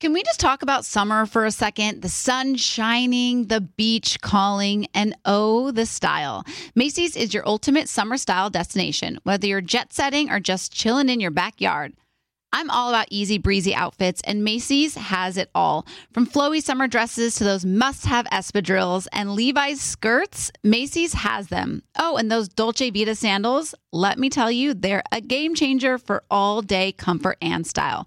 Can we just talk about summer for a second? The sun shining, the beach calling, and oh, the style. Macy's is your ultimate summer style destination, whether you're jet setting or just chilling in your backyard. I'm all about easy breezy outfits, and Macy's has it all. From flowy summer dresses to those must have espadrilles and Levi's skirts, Macy's has them. Oh, and those Dolce Vita sandals, let me tell you, they're a game changer for all day comfort and style.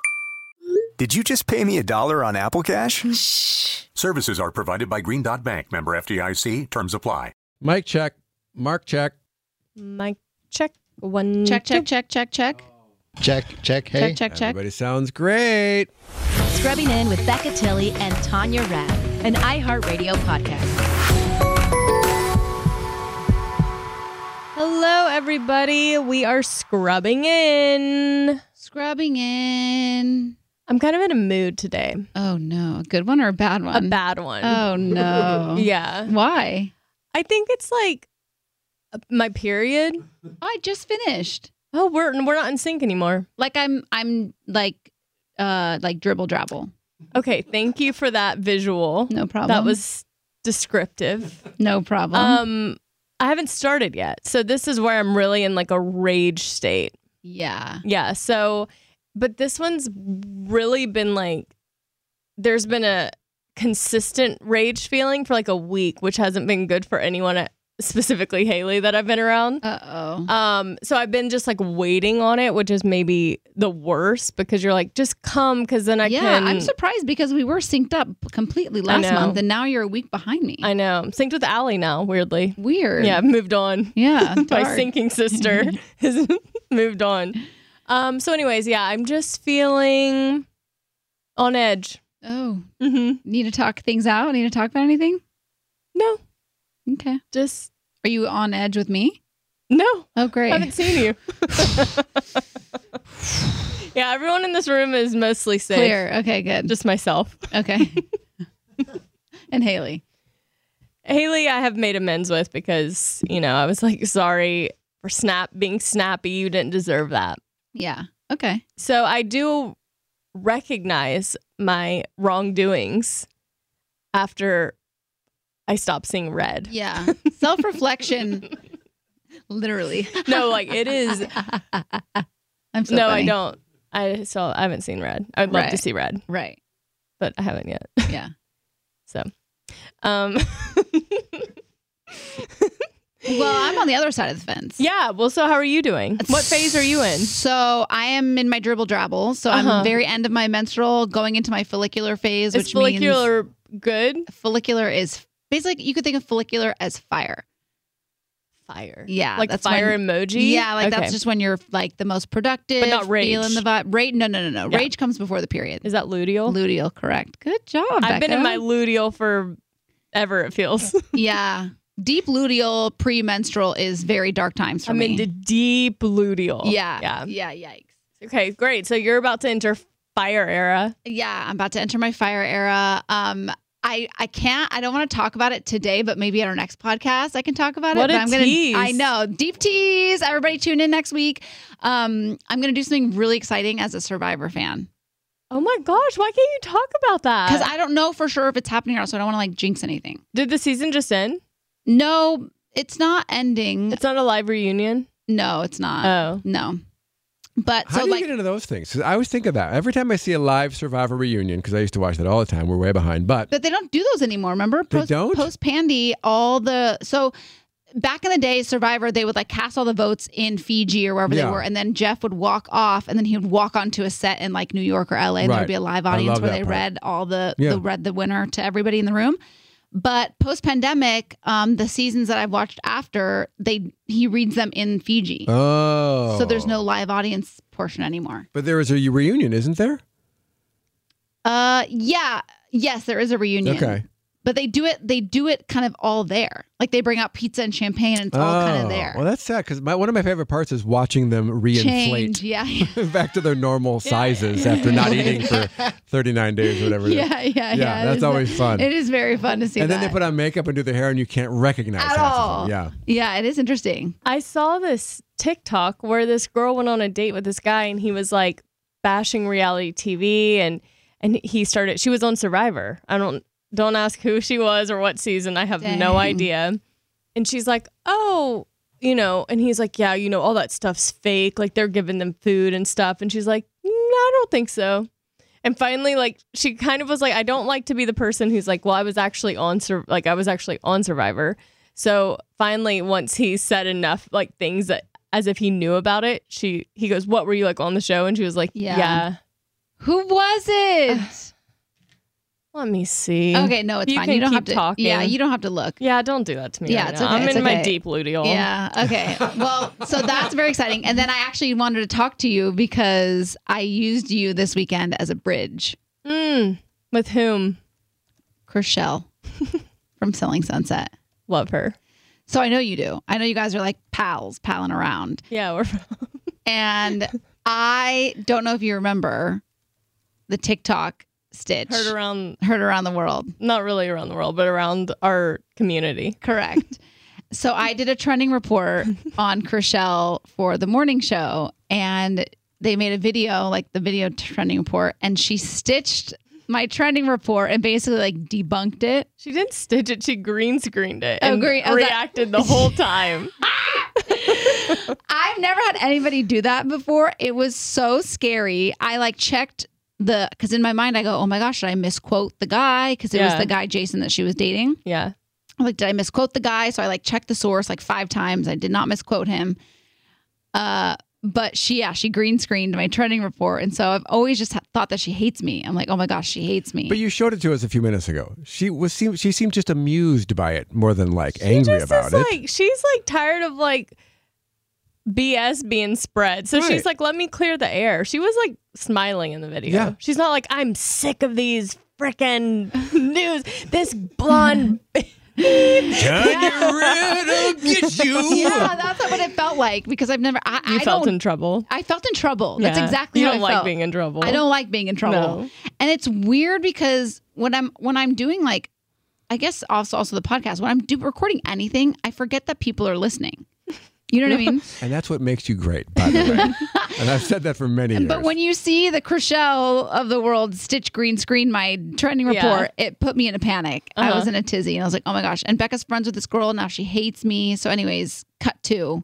Did you just pay me a dollar on Apple Cash? Shh. Services are provided by Green Dot Bank, member FDIC. Terms apply. Mike check. Mark check. Mike, check one. Check, two. check, check, check, check. Check, check, hey. Check, check, check. Everybody sounds great. Scrubbing In with Becca Tilly and Tanya Rapp, an iHeartRadio podcast. Hello, everybody. We are scrubbing in. Scrubbing in. I'm kind of in a mood today. Oh no, a good one or a bad A one? bad one. Oh no. Yeah. Why? I think it's like uh, my period. I just finished. Oh, we're we're not in sync anymore. Like I'm I'm like uh like dribble drabble. Okay, thank you for that visual. No problem. That was descriptive. no problem. Um I haven't started yet. So this is where I'm really in like a rage state. yeah. Yeah, so but this one's really been like there's been a consistent rage feeling for like a week, which hasn't been good for anyone, specifically Haley that I've been around. Uh oh. Um, so I've been just like waiting on it, which is maybe the worst because you're like, just come because then I yeah, can. I'm surprised because we were synced up completely last know. month and now you're a week behind me. I know. I'm synced with Allie now, weirdly. Weird. Yeah, I've moved on. Yeah. My dark. sinking sister has moved on. Um, so, anyways, yeah, I'm just feeling on edge. Oh. Mm-hmm. Need to talk things out? Need to talk about anything? No, Okay. just Are you on edge with me? no. Oh I great. haven't seen you. yeah, everyone in this room is mostly safe. Clear. Okay, good. Just myself. okay. and Haley. Haley, I have made amends with because, you know, I was like, sorry for snap being snappy. You didn't deserve that. Yeah. Okay. So I do recognize my wrongdoings after I stopped seeing red. Yeah. Self reflection. Literally. No, like it is. I'm so no, I funny. don't. I still I haven't seen red. I would love to Right. see red, Right. but I haven't yet. Yeah. So, um, Well, I'm on the other side of the fence. yeah. Well, so how are you doing? What phase are you in? So I am in my dribble drabble. So Uh-huh. I'm very end of my menstrual, going into my follicular phase, Is which means follicular good? follicular is basically you could think of follicular as fire. Fire. Yeah, like that's fire when- emoji. Yeah, like Okay. that's just when you're like the most productive, But not rage. feeling the vibe. Rage? No, no, no, no. Yeah. Rage comes before the period. Is that luteal? Luteal, correct. Good job. I've been in Becca. my luteal for ever. It feels. yeah. Deep luteal premenstrual is very dark times for I'm me. into deep luteal. yeah, Yeah. yeah, yeah, yikes. Okay. Great. So you're about to enter fire era. Yeah, I'm about to enter my fire era. Um, I, I can't. I don't want to talk about it today, but maybe at our next podcast I can talk about What it. a but I'm gonna- tease. I know deep tease. Everybody tune in next week. Um, I'm gonna do something really exciting as a Survivor fan Oh my gosh, why can't you talk about that? because I don't know for sure if it's happening or not, so I don't want to like jinx anything. Did the season just end? No, it's not ending. It's not a live reunion. no, it's not. Oh. No, but How so do you like get into those things? 'Cause I always think about it. every time I see a live Survivor reunion because I used to watch that all the time. We're way behind, but But they don't do those anymore. Remember, They post, don't? post Pandy, all the so back in the day, Survivor, they would like cast all the votes in Fiji or wherever Yeah. they were, and then Jeff would walk off, and then he would walk onto a set in like New York or LA, and there Right. would be a live I audience love where that they part. read all the, Yeah. the read the winner to everybody in the room. But post pandemic, um, the seasons that I've watched after, they he reads them in Fiji, oh, so there's no live audience portion anymore. But there is a reunion, isn't there? Uh, yeah, yes, there is a reunion. Okay, but they do it they do it kind of all there like they bring out pizza and champagne and it's all kind Oh, of there Well, that's sad because one of my favorite parts is watching them reinflate change yeah yeah back to their normal sizes after not eating for 39 days, or whatever. it is. yeah yeah, Yeah, it that's is- always fun. it is very fun to see And then that. they put on makeup and do their hair, and you can't recognize at half of all them. Yeah. yeah it is interesting I saw this TikTok where this girl went on a date with this guy and he was like bashing reality TV and and he started she was on Survivor. I don't don't ask who she was or what season. I have Dang. no idea. And she's like, "Oh, you know." And he's like, "Yeah, you know, all that stuff's fake. Like they're giving them food and stuff." And she's like, "No, I don't think so." And finally, like she kind of was like, I don't like to be the person who's like, well, I was actually on Sur- like I was actually on Survivor. So finally, once he said enough like things that as if he knew about it, she he goes, "What were you like on the show?" And she was like, Yeah. "Yeah." who was it Let me see. okay no it's You fine can you don't keep have to talking. yeah you don't have to look Yeah, don't do that to me. Yeah, Yeah, it's okay, I'm it's in my okay. deep luteal. Yeah. Okay. Well, so that's very exciting. And then I actually wanted to talk to you because I used you this weekend as a bridge. Mm, with whom? Kershell from Selling Sunset. Love her. So I know you do. I know you guys are like pals, palling around. Yeah, we're And I don't know if you remember the TikTok stitch heard around, heard around the world. not really around the world, but around our community. Correct. so I did a trending report on Kershell for the morning show, and they made a video, like the video trending report, and she stitched my trending report and basically like debunked it. She didn't stitch it. She green screened it Oh, and green- I was like- reacted the whole time. I've never had anybody do that before. It was so scary. I like checked the because in my mind I go, oh my gosh, did I misquote the guy? Because it Yeah. was the guy Jason that she was dating. yeah. I'm like, did I misquote the guy? So I like checked the source like five times. I did not misquote him. Uh, but she, yeah, she green screened my trending report, and so I've always just ha- thought that she hates me. I'm like, oh my gosh, she hates me. But you showed it to us a few minutes ago. She was seem, she seemed just amused by it more than like angry This about is it. like she's like tired of like BS being spread. So Right. she's like, let me clear the air. She was like smiling in the video. Yeah. She's not like, I'm sick of these freaking news. This blonde Can you rid get you? yeah, that's what it felt like because I've never. I, You I felt don't, in trouble. I felt in trouble. That's Yeah. exactly You how don't I like felt. being in trouble. I don't like being in trouble. No. And it's weird because when I'm when I'm doing like I guess also also the podcast, when I'm do, recording anything, I forget that people are listening. You know what I mean? And that's what makes you great, by the way. and I've said that for many years. But when you see the Crochelle of the world stitch green screen my trending Yeah. Uh-huh. report, it put me in a panic. I was in a tizzy and I was like, oh my gosh. And Becca's friends with this girl. Now she hates me. So, anyways, cut two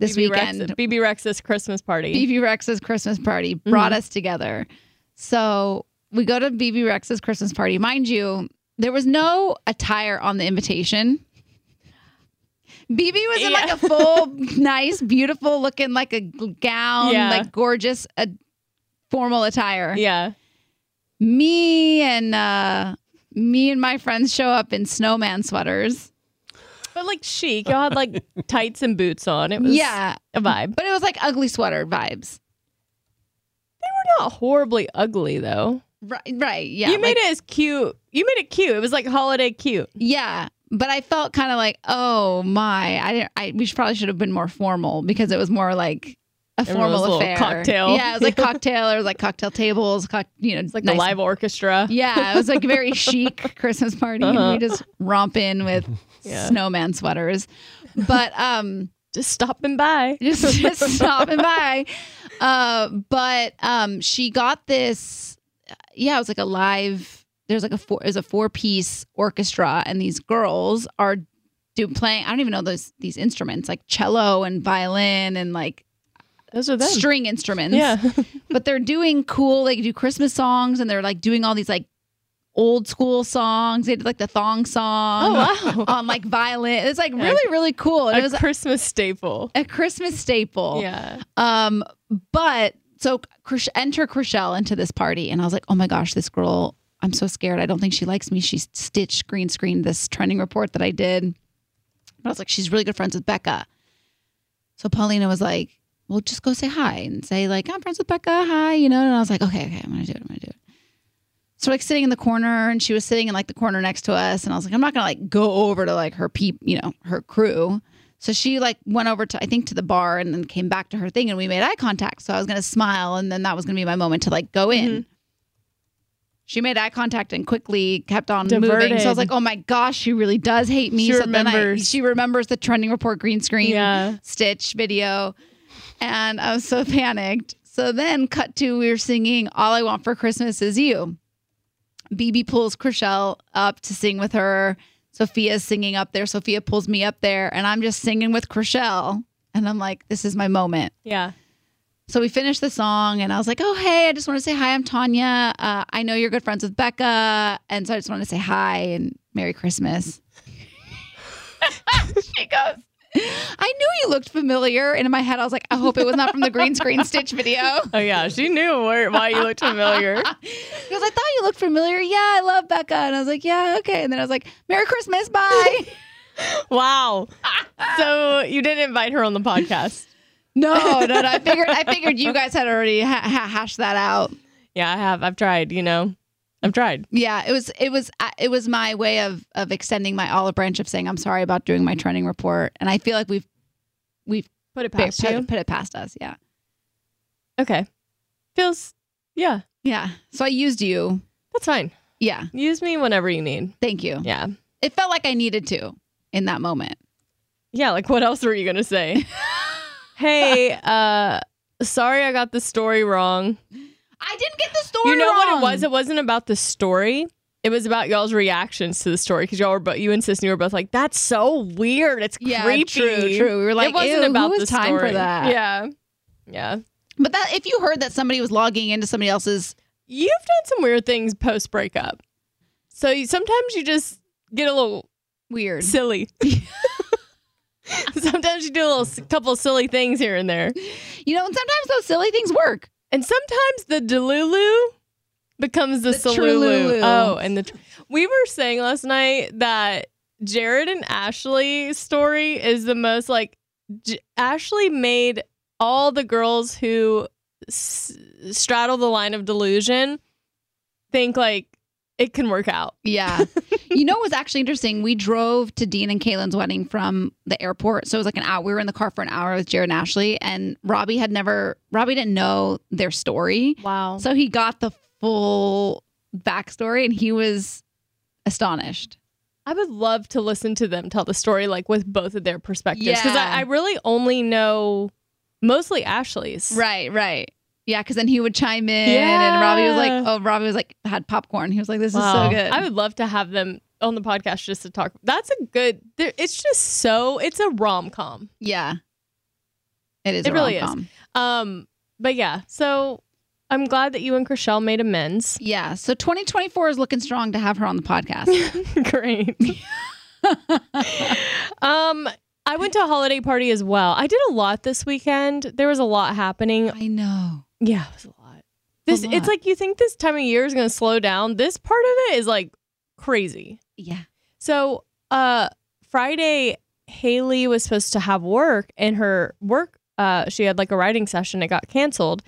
this BB Rex- weekend. BB Rex's Christmas party. BB Rex's Christmas party Mm-hmm. brought us together. So we go to BB Rex's Christmas party. Mind you, there was no attire on the invitation. BB was in like Yeah. a full, nice, beautiful looking, like a g- gown, Yeah. like gorgeous, uh, formal attire. yeah. Me and uh, me and my friends show up in snowman sweaters. But like chic. Y'all had like tights and boots on. It was Yeah, a vibe. but it was like ugly sweater vibes. We're not horribly ugly though. Right, right. Yeah, you made like- it as cute. You made it cute. It was like holiday cute. Yeah, but I felt kind of like, oh my, I, didn't- I we should, probably should have been more formal because it was more like a one of those formal little affair. cocktail- Yeah, it was like cocktail or like cocktail tables, cock, you know, It's like nice- the live orchestra. Yeah, it was like a very chic Christmas party. Uh-huh. We just romp in with Yeah. snowman sweaters. But um Just stopping by. just, just stopping by. Uh, but um, she got this. Yeah, it was like a live. There's like a four. There's a four piece orchestra, and these girls are do playing. I don't even know those these instruments like cello and violin and like Those are them. string instruments. Yeah. but they're doing cool. They do Christmas songs, and they're like doing all these like old school songs. They did like the thong song. Oh, wow. On like violin. It's like really really cool. And a it was Christmas staple. a Christmas staple. Yeah. Um, but so Krish- enter Chriselle into this party, and I was like, oh my gosh, this girl. I'm so scared. I don't think she likes me. She stitched green screened this trending report that I did. But I was like, she's really good friends with Becca. So Paulina was like, well, just go say hi and say like, I'm friends with Becca. Hi, you know. And I was like, okay, okay, I'm gonna do it. I'm gonna do it. So we're, like sitting in the corner, and she was sitting in like the corner next to us, and I was like, I'm not gonna like go over to like her peep, you know, her crew. So she like went over to I think to the bar and then came back to her thing, and we made eye contact. So I was gonna smile, and then that was gonna be my moment to like go Mm-hmm. in. She made eye contact and quickly kept on moving. So I was Diverted. like, "Oh my gosh, she really does hate me." She so then I, remembers. she remembers the trending report green screen Yeah. stitch video, and I was so panicked. So then, cut to we were singing "All I Want for Christmas Is You." BB pulls Chriselle up to sing with her. Sophia's singing up there. Sophia pulls me up there, and I'm just singing with Chriselle. And I'm like, "This is my moment." Yeah. So we finished the song, and I was like, "Oh, hey! I just want to say hi. I'm Tanya. Uh, I know you're good friends with Becca, and so I just want to say hi and Merry Christmas." she goes, "I knew you looked familiar," and in my head, I was like, "I hope it was not from the green screen stitch video." Oh, yeah. She knew where, why you looked familiar. Because I thought you looked familiar. Yeah, I love Becca, and I was like, "Yeah, okay." And then I was like, "Merry Christmas, bye." Wow. So you didn't invite her on the podcast. no, no, no. I figured, I figured you guys had already ha- ha- hashed that out. Yeah, I have. I've tried, you know. I've tried. Yeah, it was it was uh, it was my way of of extending my olive branch of saying I'm sorry about doing my trending report, and I feel like we've we've Put it pa- put, it- put it past us. Yeah, Okay. Feels, yeah, yeah. So I used you. that's fine. Yeah, Use me whenever you need. thank you. Yeah. It felt like I needed to in that moment. Yeah, like what else were you gonna say? hey, uh sorry I got the story wrong. I didn't get the story. you know what wrong. it was? It wasn't about the story. It was about y'all's reactions to the story because y'all were both you and Sis you were both like, that's so weird. It's yeah, creepy. true, true. We were like, it wasn't "Ew, about who has the time story. for that. Yeah. Yeah. But that if you heard that somebody was logging into somebody else's, You've done some weird things post breakup. So you, sometimes you just get a little weird. silly. sometimes you do a little s- couple silly things here and there. You know, and sometimes those silly things work. And sometimes the Delulu becomes the, The Salulu. Trululu. Oh, and the tr- we were saying last night that Jared and Ashley's story is the most like J- Ashley made all the girls who s- straddle the line of delusion think like it can work out. Yeah. you know what was actually interesting? We drove to Dean and Kaylin's wedding from the airport. So it was like an hour. We were in the car for an hour with Jared and Ashley, and Robbie had never, Robbie didn't know their story. Wow. So he got the full backstory and he was astonished. I would love to listen to them tell the story like with both of their perspectives because Yeah. I, I really only know mostly Ashley's. Right, right. Yeah, because then he would chime in, Yeah. and Robbie was like, "Oh, Robbie was like had popcorn." He was like, "This is Wow. so good." I would love to have them on the podcast just to talk. That's a good. there- It's just so. It's a rom com. yeah, it is. It a really is. rom-com. Um, but yeah. So I'm glad that you and Chriselle made amends. Yeah. So 2024 is looking strong to have her on the podcast. Great. um, I went to a holiday party as well. I did a lot this weekend. There was a lot happening. I know. Yeah, it was a lot. This lot. it's like you think this time of year is going to slow down. This part of it is like crazy. Yeah. So, uh, Friday, Haley was supposed to have work, and her work, uh, she had like a writing session. It got canceled,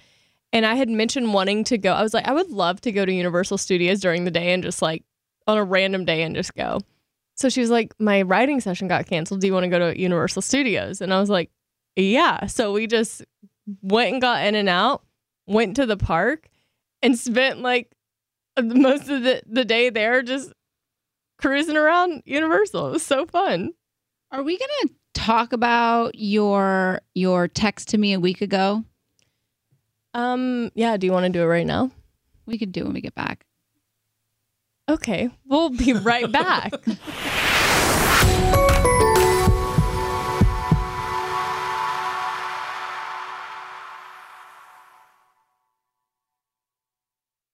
and I had mentioned wanting to go. I was like, I would love to go to Universal Studios during the day and just like on a random day and just go. So she was like, My writing session got canceled. Do you want to go to Universal Studios? And I was like, Yeah. So we just went and got in and out, went to the park, and spent like most of the, the day there just cruising around Universal. It was so fun. Are we gonna talk about your your text to me a week ago? Um, yeah, do you want to do it right now? We could do when we get back. Okay, we'll be right back.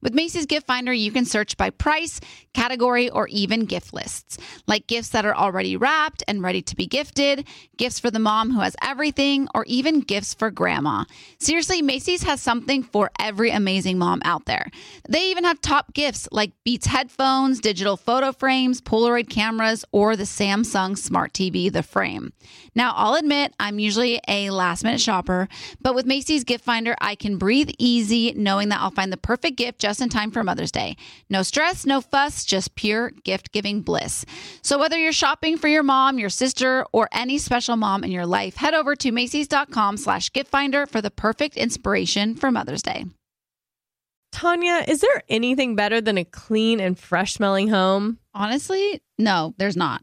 With Macy's Gift Finder, you can search by price, category, or even gift lists, like gifts that are already wrapped and ready to be gifted, gifts for the mom who has everything, or even gifts for grandma. Seriously, Macy's has something for every amazing mom out there. They even have top gifts like Beats headphones, digital photo frames, Polaroid cameras, or the Samsung Smart TV, The Frame. Now, I'll admit, I'm usually a last minute shopper, but with Macy's Gift Finder, I can breathe easy knowing that I'll find the perfect gift just in time for Mother's Day. No stress, no fuss, just pure gift giving bliss. So, whether you're shopping for your mom, your sister, or any special mom in your life, head over to Macy's.com slash gift finder for the perfect inspiration for Mother's Day. Tanya, is there anything better than a clean and fresh smelling home? Honestly, no, there's not.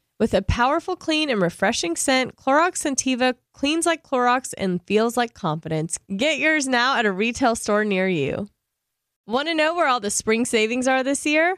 With a powerful, clean, and refreshing scent, Clorox Sentiva cleans like Clorox and feels like confidence. Get yours now at a retail store near you. Want to know where all the spring savings are this year?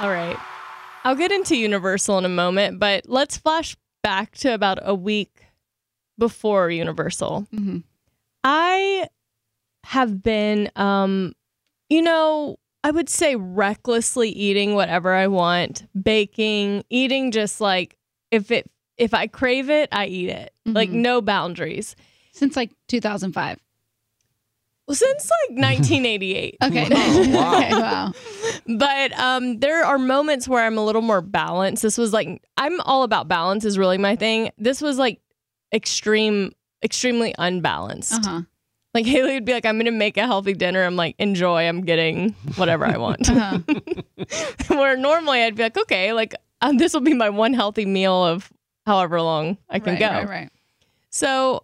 All right. I'll get into Universal in a moment, but let's flash back to about a week before Universal. Mhm. I have been, um, you know, I would say recklessly eating whatever I want, baking, eating just like if it if I crave it, I eat it. Like Mhm. no boundaries. Since like 2005. Well, since like 1988. Okay. Oh, wow. okay, wow. but um, there are moments where I'm a little more balanced. This was like I'm all about balance is really my thing. This was like extreme, extremely unbalanced. Uh-huh. Like Haley would be like, "I'm gonna make a healthy dinner." I'm like, "Enjoy. I'm getting whatever I want." Uh-huh. where normally I'd be like, "Okay, like um, this will be my one healthy meal of however long I can right, go." Right, right. So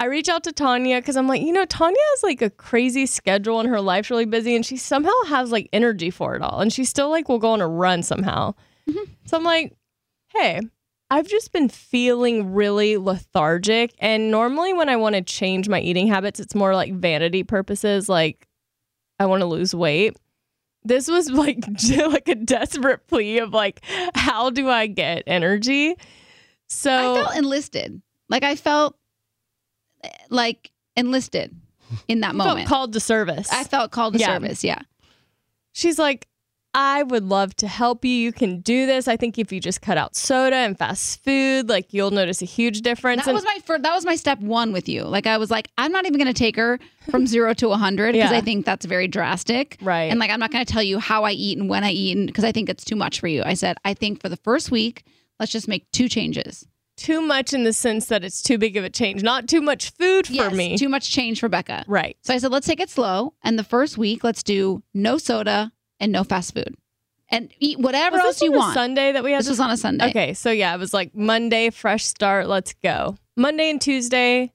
I reach out to Tanya because I'm like, you know, Tanya has like a crazy schedule and her life's really busy, and she somehow has like energy for it all, and she still like will go on a run somehow. Mm-hmm. So I'm like, hey, I've just been feeling really lethargic, and normally when I want to change my eating habits, it's more like vanity purposes, like I want to lose weight. this was like like a desperate plea of like, how do I get energy? So I felt enlisted. Like I felt eh, like enlisted in that I felt moment. called to service. I felt called to Yeah. service. Yeah. She's like, I would love to help you. You can do this. I think if you just cut out soda and fast food, like you'll notice a huge difference. That And was my first, that was my step one with you. Like I was like, I'm not even going to take her from zero to a hundred because Yeah. I think that's very drastic. Right. And like, I'm not going to tell you how I eat and when I eat because I think it's too much for you. I said, I think for the first week, let's just make two changes. too much in the sense that it's too big of a change, not too much food for Yes, me. Too much change for Becca. right. So I said, let's take it slow. And the first week, let's do no soda and no fast food and eat whatever Was else this you on a want. Sunday that we had This was on a Sunday. Okay, so yeah, it was like Monday, fresh start, let's go. Monday and Tuesday,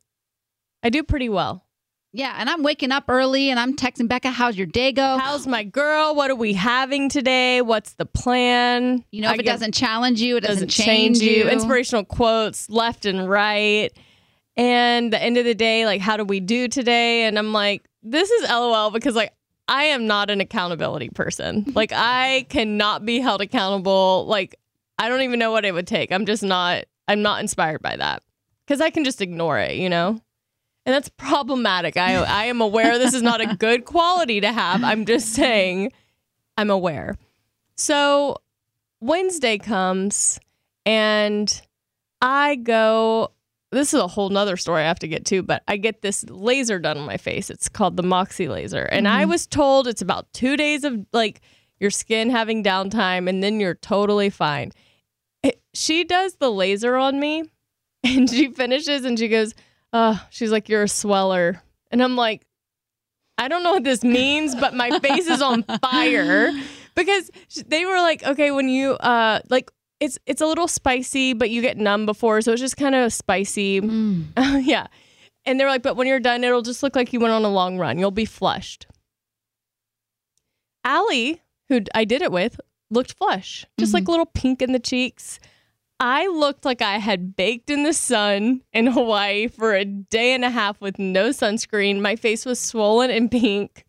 I do pretty well. Yeah. And I'm waking up early and I'm texting Becca, how's your day go? How's my girl? What are we having today? What's the plan? you know, I if it give- doesn't challenge you, it doesn't, change, you. Inspirational quotes left and right. And the end of the day, like, how do we do today? And I'm like, this is LOL because, like, I am not an accountability person. Like, I cannot be held accountable. Like, I don't even know what it would take. I'm just not, I'm not inspired by that because I can just ignore it, you know? And that's problematic. I, I am aware this is not a good quality to have. I'm just saying, I'm aware. So Wednesday comes and I go. This is a whole nother story I have to get to, but I get this laser done on my face. It's called the Moxie laser. And I was told it's about two days of like your skin having downtime and then you're totally fine. It- she does the laser on me and she finishes and she goes, Oh, she's like, You're a sweller. And I'm like, I don't know what this means, but my face is on fire because sh- they were like, okay, when you uh like it's it's a little spicy, but you get numb before, so it's just kind of spicy. yeah. And they were like, but when you're done, it'll just look like you went on a long run. You'll be flushed. Allie, who d- I did it with, looked flush, just like a little pink in the cheeks. I looked like I had baked in the sun in Hawaii for a day and a half with no sunscreen. My face was swollen and pink.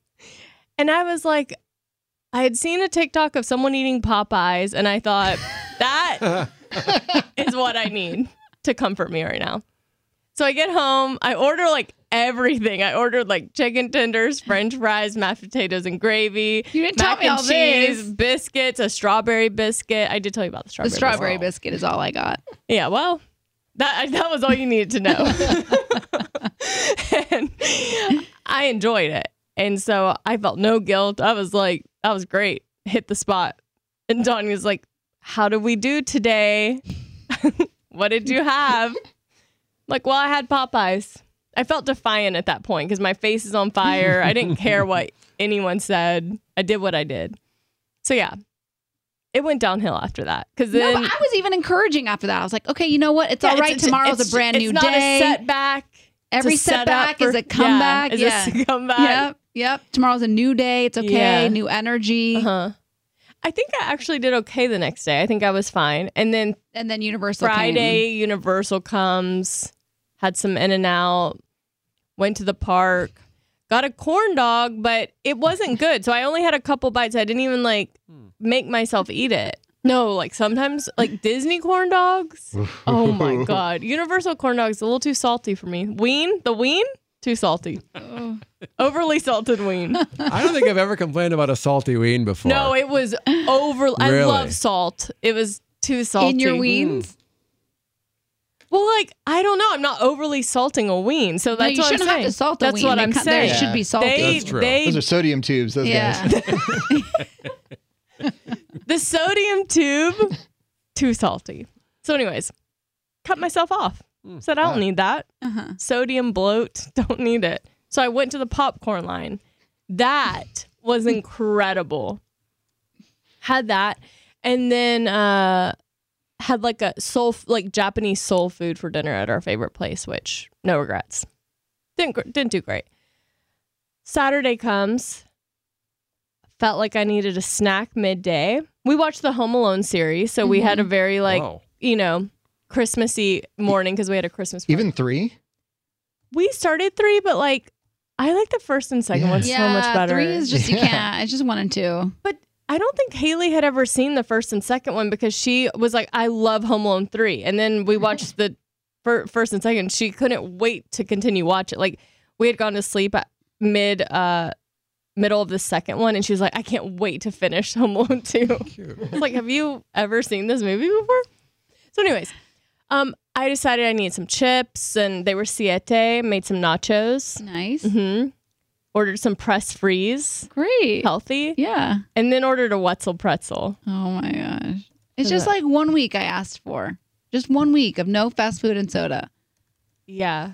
And I was like, I had seen a TikTok of someone eating Popeyes, and I thought, that is what I need to comfort me right now. So I get home, I order like everything. I ordered like chicken tenders, french fries, mashed potatoes and gravy. You didn't tell mac me and all cheese, this. biscuits, a strawberry biscuit. I did tell you about the The strawberry strawberry biscuit. biscuit is all I got. Yeah, well, that that was all you needed to know. and I enjoyed it. And so I felt no guilt. I was like, that was great. Hit the spot. And Donnie was like, How did we do today? what did you have? like, well, I had Popeyes. I felt defiant at that point because my face is on fire. I didn't care what anyone said. I did what I did. So yeah. It went downhill after that. Cause then no, but I was even encouraging after that. I was like, okay, you know what? It's yeah, all right. it's- Tomorrow's it's- a brand it's new not day. A setback. Every It's a setup setback is for- a comeback. Yeah, is Yeah. this a comeback? Yep. Yep. Tomorrow's a new day. It's okay. Yeah. New energy. Uh-huh. I think I actually did okay the next day. I think I was fine. And then And then Universal came. Friday, Universal comes, had some in and out, went to the park, got a corn dog, but it wasn't good. So I only had a couple bites. I didn't even like make myself eat it. No, like sometimes like Disney corn dogs. Oh my god. Universal corn dogs a little too salty for me. Ween, the ween, too salty. Overly salted ween. I don't think I've ever complained about a salty ween before. No, it was over I Really? love salt. It was too salty. In your weens. Well, like I don't know. I'm not overly salting a ween, so No, that's you what I'm shouldn't have saying. to salt the that's ween. what They I'm cut- saying. They should be salted. They, That's true. they- Those are sodium tubes. Those yeah. guys. the sodium tube, too salty. So, anyways, cut myself off. Said I don't need that Uh-huh. sodium bloat. Don't need it. So I went to the popcorn line. That was incredible. Had that, and then uh, had like a soul, like Japanese soul food for dinner at our favorite place, which no regrets. Didn't gr- didn't do great. Saturday comes. Felt like I needed a snack midday. We watched the Home Alone series, so we had a very like Wow. you know Christmassy morning because we had a Christmas. party. Even three? we started three, but like I like the first and second Yeah. one so much better. Three is just you Yeah. can't. It's just one and two. but I don't think Haley had ever seen the first and second one because she was like, I love Home Alone 3. And then we watched the fir- first and second. She couldn't wait to continue watch it. Like we had gone to sleep at mid uh middle of the second one and she was like, I can't wait to finish Home Alone 2. I was like, have you ever seen this movie before? So anyways, um I decided I needed some chips and they were siete, made some nachos. Nice. hmm Ordered some press freeze, Great. healthy Yeah. and then ordered a Wetzel pretzel. Oh my gosh. It's So just that- like one week I asked for. Just one week of no fast food and soda. Yeah.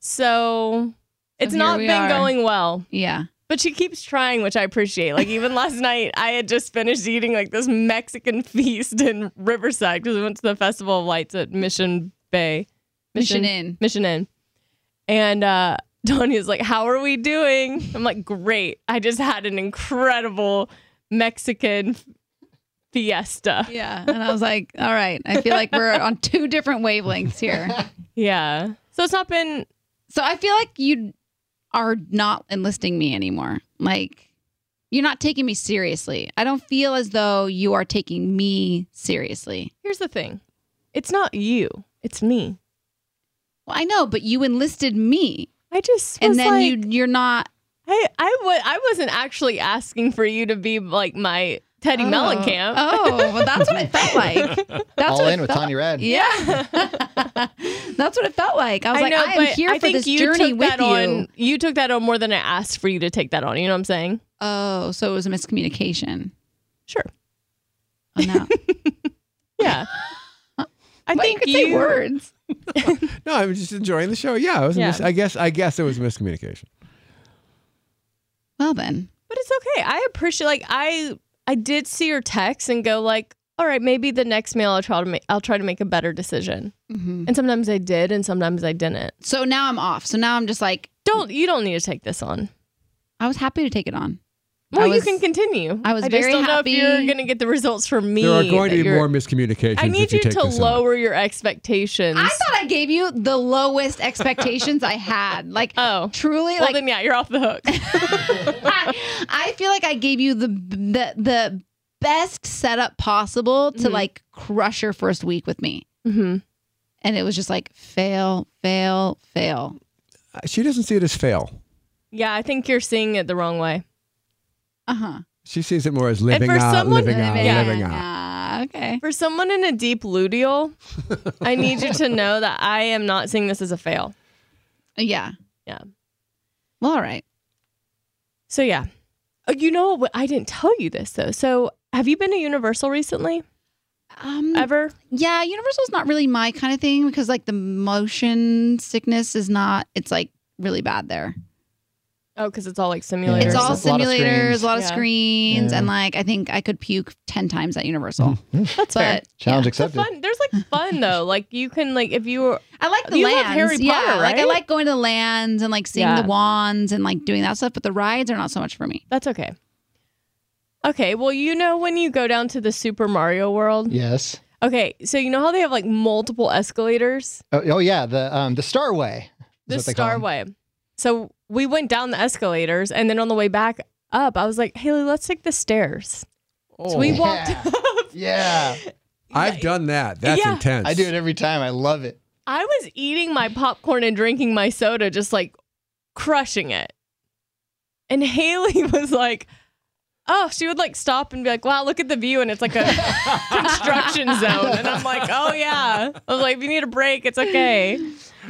So it's here not we been are. going well, Yeah. but she keeps trying, which I appreciate. Like even last night, I had just finished eating like this Mexican feast in Riverside because we went to the Festival of Lights at Mission Bay. Mission Inn. Mission Inn. And uh Tony is like, How are we doing? I'm like, Great. I just had an incredible Mexican fiesta. Yeah. And I was like, all right, I feel like we're on two different wavelengths here. Yeah. So it's not been So I feel like you are not enlisting me anymore. Like, you're not taking me seriously. I don't feel as though you are taking me seriously. Here's the thing it's not you, it's me. Well, I know, but you enlisted me. I just was And then like, you you're not I, I, wa- I wasn't actually asking for you to be like my Teddy Mellencamp. Oh, well that's what it felt like. That's All what it in with felt- Tanya Rad. Yeah. That's what it felt like. I was like, know, I'm but here I for think this you journey took with that you. on. You took that on more than I asked for you to take that on. You know what I'm saying? Oh, so it was a miscommunication. Sure. Oh, no. Yeah. I Well, think could say you. words. No, I'm just enjoying the show. Yeah, it was a Yeah. mis- I guess I guess it was a miscommunication. Well then. But it's okay. I appreciate. Like I, I did see your text and go like, all right, maybe the next meal I'll try to make. I'll try to make a better decision. Mm-hmm. And sometimes I did, and sometimes I didn't. So now I'm off. So now I'm just like, Don't you don't need to take this on. I was happy to take it on. Well, I you was- can continue. I was just very don't happy- know if you're going to get the results for me. there are going that to be you're- more miscommunications. I need if you, you, take to this on. lower your expectations. I thought I gave you the lowest expectations I had. Like, Oh. truly, well, like then yeah, you're off the hook. I, I feel like I gave you the the the best setup possible to like crush your first week with me, hmm and it was just like fail, fail, fail. Uh, She doesn't see it as fail. Yeah, I think you're seeing it the wrong way. Uh huh. She sees it more as living for out, someone- living out, Yeah. living out. Ah, okay. For someone in a deep luteal, I need you to know that I am not seeing this as a fail. Yeah. Yeah. Well, all right. So yeah, Oh, you know what? I didn't tell you this though. So have you been to Universal recently? Um, Ever? yeah, Universal's not really my kind of thing because like the motion sickness is not. It's like really bad there. Oh, because it's all like simulators. it's There's all a lot of simulators, screens. a lot of screens, Yeah. and like I think I could puke ten times at Universal. Mm-hmm. That's fair. but Challenge It's a accepted. fun. There's like fun though. Like you can like if you were I like the You love lands. Harry yeah, Potter, like I right? like going to the lands and like seeing Yeah. the wands and like doing that stuff. But the rides are not so much for me. That's okay. Okay, well, you know when you go down to the Super Mario World? Yes. Okay, so you know how they have like multiple escalators? Oh, oh yeah, the um the Starway. is The what they call 'em. Starway. So we went down the escalators and then on the way back up, I was like, Haley, let's take the stairs. So we Oh. walked Yeah. up. Yeah, I've done that. That's Yeah. intense. I do it every time. I love it. I was eating my popcorn and drinking my soda, just like crushing it. And Haley was like, Oh, she would like stop and be like, wow, look at the view. And it's like a construction zone. And I'm like, oh, yeah. I was like, if you need a break, it's okay.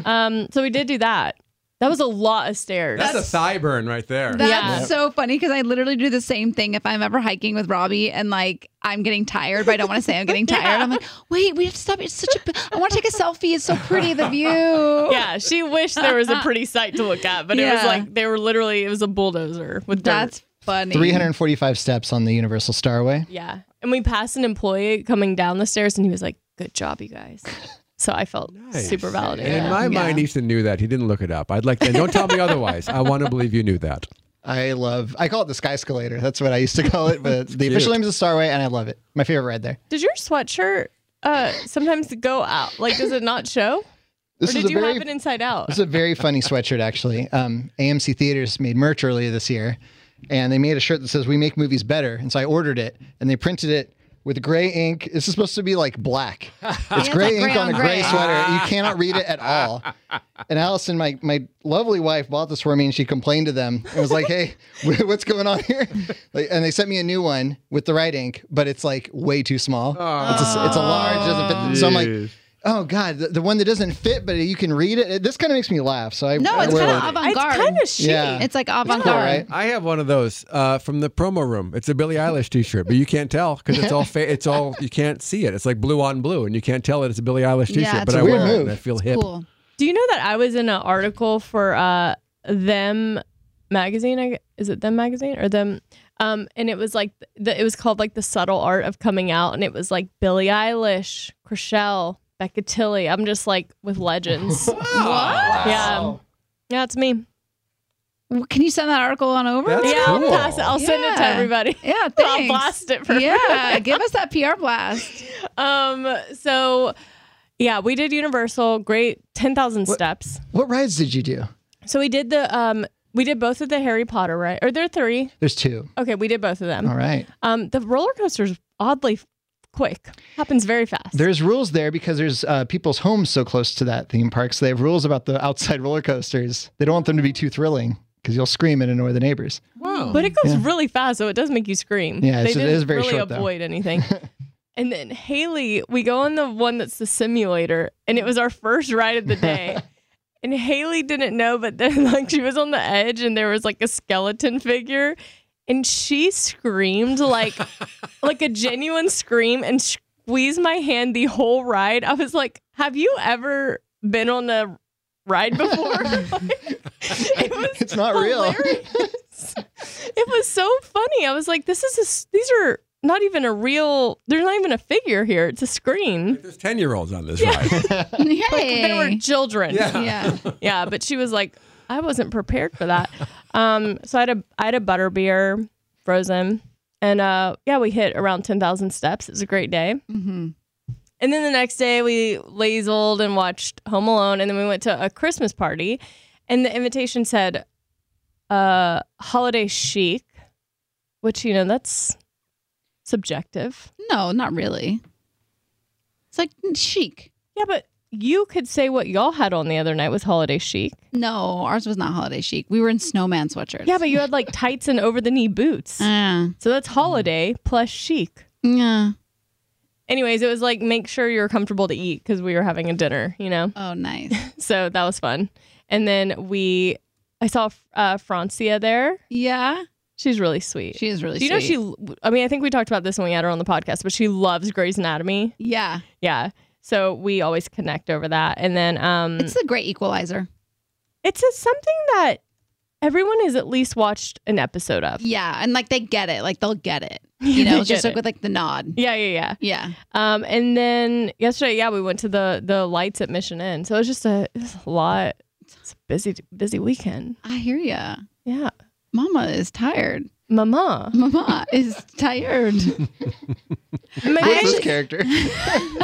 Um, so we did do that. That was a lot of stairs. That's, a thigh burn right there. That's Yeah. so funny because I literally do the same thing if I'm ever hiking with Robbie and like I'm getting tired, but I don't want to say I'm getting tired. I'm like, wait, we have to stop. It's such a. I want to take a selfie. It's so pretty the view. yeah, she wished there was a pretty sight to look at, but it was Yeah. like they were literally, it was a bulldozer with dirt. that's funny. 345 steps on the Universal Starway. Yeah. And we passed an employee coming down the stairs and he was like, good job, you guys. So I felt Nice. super And validated. in my Yeah. mind, Ethan knew that. He didn't look it up. I'd like to. and Don't tell me otherwise. I want to believe you knew that. I love. I call it the Sky Escalator. That's what I used to call it, but the official name is the Starway, and I love it. My favorite ride there. Does your sweatshirt uh, sometimes go out? Like, does it not show? This or did is a you very have it inside out? This is a very funny sweatshirt, actually. Um, AMC Theaters made merch earlier this year, and they made a shirt that says "We make movies better." And so I ordered it, and they printed it with gray ink. This is supposed to be like black. It's it's gray like ink gray on a on gray gray. sweater. You cannot read it at all. And Allison, my my lovely wife, bought this for me, and she complained to them and was like, "Hey, what's going on here?" Like, and they sent me a new one with the right ink, but it's like way too small. Oh. It's, a, it's a large. Doesn't fit. So I'm like. Oh God, the, the one that doesn't fit, but you can read it. It- This kind of makes me laugh. So I No, I it's wear kind it. of avant garde. It's kind of shitty. Yeah. It's like avant garde. cool, right? I have one of those uh, from the promo room. It's a Billie Eilish T-shirt, but you can't tell because it's all fa- it's all you can't see it. It's like blue on blue, and you can't tell it. It's a Billie Eilish T-shirt, Yeah, it's but a I weird wear it. move. And I feel hip. Cool. Do you know that I was in an article for uh them magazine? I, gue- is it them magazine or them? Um, and it was like the, it was called like the subtle art of coming out, and it was like Billie Eilish, Chriselle, Becca Tilly. I'm just like with legends. what? Yeah, yeah, it's me. Well, Can you send that article on over? That's yeah, cool. I'll pass it. I'll send it to Yeah. everybody. Yeah, thanks. I'll blast it for Yeah, give us that PR blast. Um, so yeah, we did Universal. Great, ten thousand steps. What rides did you do? So we did the um, we did both of the Harry Potter right, or there are three. There's two. Okay, we did both of Mm-hmm. them. All right. Um, the roller coaster's oddly f- quick. Happens very fast. There's rules there because there's uh, people's homes so close to that theme park, so they have rules about the outside roller coasters. They don't want them to be too thrilling because you'll scream and annoy the neighbors. but it goes really fast, so it does make you scream. Yeah, they it's- it didn't is very really short, though. avoid anything. and then Haley, we go on the one that's the simulator, and it was our first ride of the day. and Haley didn't know, but then like she was on the edge, and there was like a skeleton figure, and she screamed like like a genuine scream and squeezed my hand the whole ride. I was like, "Have you ever been on a ride before?" it was It's not real. hilarious. it was so funny. I was like, this is a, s- these are not even a real, there's not even a figure here. It's a screen. There's ten year olds on this ride. Yay. They were children. Yeah. yeah. Yeah, But she was like, I wasn't prepared for that. Um, so I had a, I had a butter beer frozen and, uh, yeah, we hit around 10,000 steps. It was a great day. hmm And then the next day we lazeled and watched Home Alone and then we went to a Christmas party and the invitation said uh holiday chic, which you know that's subjective. No, not really. It's like chic. Yeah, but you could say what y'all had on the other night was holiday chic. No, ours was not holiday chic. We were in snowman sweatshirts. Yeah, but you had like tights and over the knee boots. Yeah. So that's holiday plus chic. Yeah. Anyways, it was like make sure you're comfortable to eat because we were having a dinner, you know? Oh, nice. So that was fun. And then we, I saw uh, Francia there. Yeah. She's really sweet. She is really Do you know sweet. she? I mean, I think we talked about this when we had her on the podcast, but she loves Grey's Anatomy. Yeah. Yeah, so we always connect over that. And then um, It's it's the great equalizer. it's a, something that everyone has at least watched an episode of. Yeah. And like they get it. Like they'll get it. You know, They it's just get like it. with like the nod. Yeah, yeah, yeah. Yeah. Um, and then yesterday, yeah, we went to the the lights at Mission Inn. So it was just a, it was a lot. It's a busy busy weekend. I hear ya. Yeah, Mama is tired. Mama. Mama is tired. Maybe I What's this actually- character?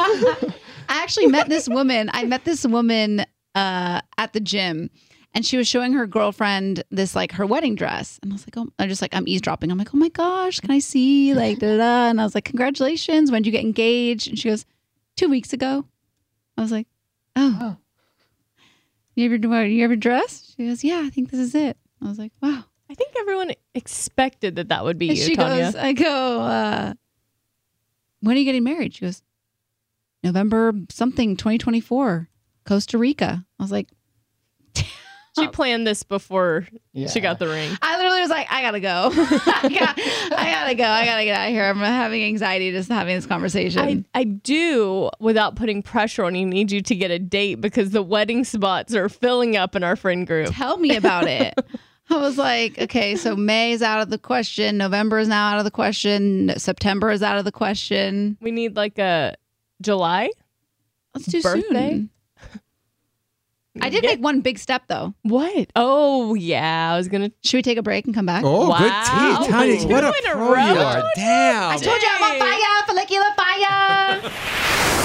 I actually met this woman. I met this woman uh, at the gym, and she was showing her girlfriend this like her wedding dress, and I was like, oh, I'm just like I'm eavesdropping. I'm like, oh my gosh, can I see like da da, da? And I was like, congratulations, when did you get engaged? And she goes, two weeks ago. I was like, oh, Oh. you ever do you ever dress? She goes, yeah, I think this is it. I was like, wow. I think everyone expected that that would be you, And she Tanya. goes, I go, uh, when are you getting married? She goes, November something 2024, Costa Rica. I was like, She planned this before she got the ring. I literally was like, I gotta go. I, got, I gotta go. I gotta get out of here. I'm having anxiety just having this conversation. I, I do without putting pressure on you need you to get a date because the wedding spots are filling up in our friend group. Tell me about it. I was like, okay, so May is out of the question. November is now out of the question. September is out of the question. We need like a July. That's too Birthday? soon. I did make one big step though. What? Oh yeah, I was gonna. Should we take a break and come back? Oh, Wow. good tea, Tanya. Two What a in a pro you row. are. Damn. I told you I'm on Dang. fire, follicular fire.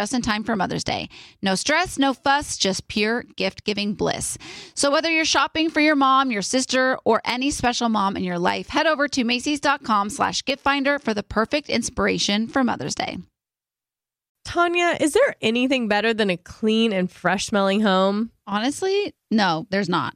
just in time for Mother's Day. No stress, no fuss, just pure gift giving bliss. So, whether you're shopping for your mom, your sister, or any special mom in your life, head over to Macy's.com slash gift finder for the perfect inspiration for Mother's Day. Tanya, is there anything better than a clean and fresh smelling home? Honestly, no, there's not.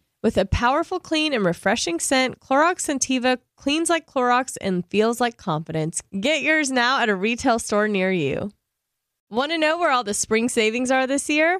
With a powerful, clean, and refreshing scent, Clorox Sentiva cleans like Clorox and feels like confidence. Get yours now at a retail store near you. Want to know where all the spring savings are this year?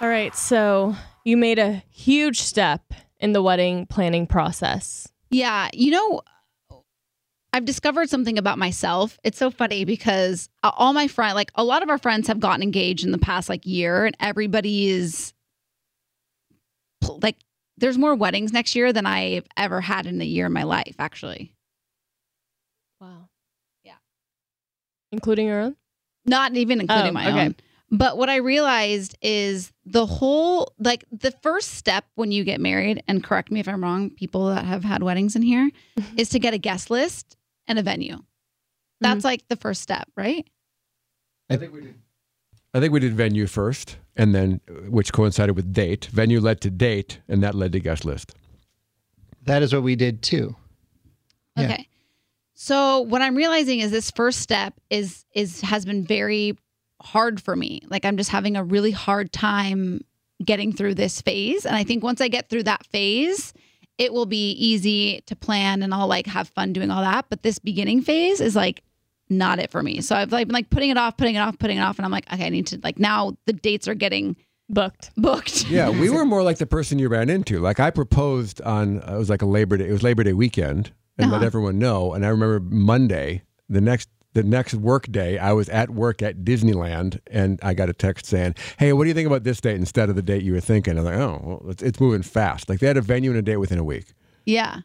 All right, so you made a huge step in the wedding planning process. Yeah, you know, I've discovered something about myself. It's so funny because uh, all my friends, like a lot of our friends, have gotten engaged in the past like year, and everybody is like, there's more weddings next year than I've ever had in a year in my life, actually. Wow. Yeah. Including your own? Not even including Oh, my okay. own. But what I realized is the whole, like, the first step when you get married, and correct me if I'm wrong, people that have had weddings in here, is to get a guest list and a venue. That's Mm-hmm. like the first step, right? I think we did venue first, and then uh, which coincided with date. Venue led to date, and that led to guest list. That is what we did too. Yeah. Okay. So what I'm realizing is this first step is is has been very hard for me. Like I'm just having a really hard time getting through this phase and I think once I get through that phase, it will be easy to plan and I'll like have fun doing all that, but this beginning phase is like not it for me. So I've like been like putting it off, putting it off, putting it off and I'm like okay, I need to like now the dates are getting Booked. booked. Yeah, we were more like the person you ran into. Like I proposed on it was like a Labor Day. It was Labor Day weekend, and Uh-huh. let everyone know. And I remember Monday, the next the next work day, I was at work at Disneyland, and I got a text saying, "Hey, what do you think about this date instead of the date you were thinking?" I'm like, "Oh, well, it's, it's moving fast." Like they had a venue and a date within a week, Yeah.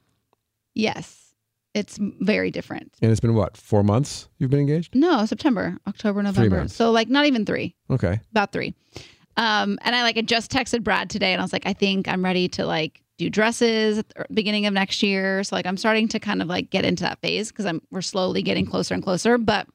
Yes. It's very different. and it's been what four months you've been engaged? No, September, October, November. months. So like not even 3. Okay, about three. Um, and I like I just texted Brad today, and I was like, I think I'm ready to like do dresses at the beginning of next year. So like I'm starting to kind of like get into that phase because I'm we're slowly getting closer and closer. But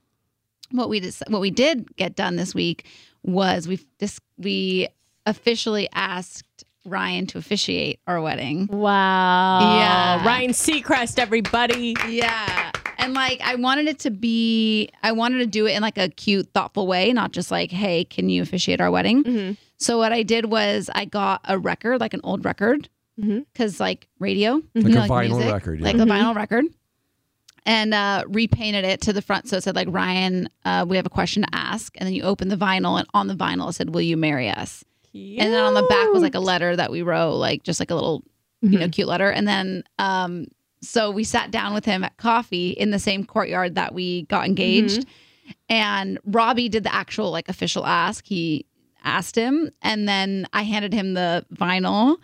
what we just what we did get done this week was we just we officially asked Ryan to officiate our wedding. Wow. Yeah. Ryan Seacrest, everybody. Yeah. And like I wanted it to be I wanted to do it in like a cute, thoughtful way, not just like, hey, can you officiate our wedding? Mm-hmm. Mhm. So what I did was I got a record, like an old record, Mhm. because like radio, Mm-hmm. Like you know, a vinyl music, record, yeah. Mm-hmm. like Mhm. a vinyl record, and uh, repainted it to the front. So it said like Ryan, uh, we have a question to ask, and then you open the vinyl, and on the vinyl it said, "Will you marry us?" And um, then on the back was like a letter that we wrote, like just like a little, you know, cute letter. And then um, so we sat down with him at coffee in the same courtyard that we got engaged. And Robbie did the actual like official ask. He asked him and then I handed him the vinyl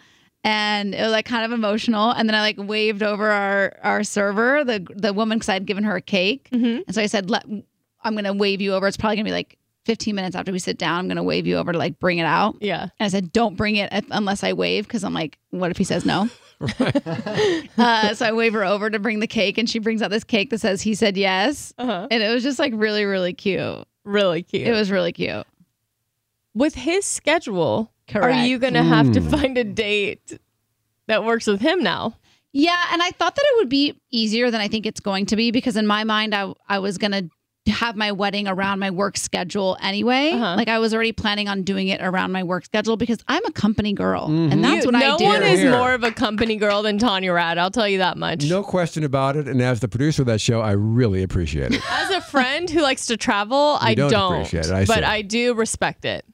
and it was like kind of emotional. And then I like waved over our our server, the the woman because I'd given her a cake. And so I said, Let I'm gonna wave you over. It's probably gonna be like 15 minutes after we sit down. I'm gonna wave you over to like bring it out. Yeah. And I said, don't bring it if- unless I wave because I'm like, what if he says no? uh, so I wave her over to bring the cake, and she brings out this cake that says he said yes, Uh-huh. and it was just like really, really cute. Really cute. It was really cute. With his schedule, are Correct. you going to have to Mm. find a date that works with him now? Yeah, and I thought that it would be easier than I think it's going to be because in my mind, I I was gonna have my wedding around my work schedule anyway. Uh-huh. Like I was already planning on doing it around my work schedule because I'm a company girl, Mhm. and that's You- what no I do. one is Here. more of a company girl than Tanya Rad. I'll tell you that much. No question about it. And as the producer of that show, I really appreciate it. As a friend who likes to travel, I don't don't. appreciate it, I but see. I do respect it.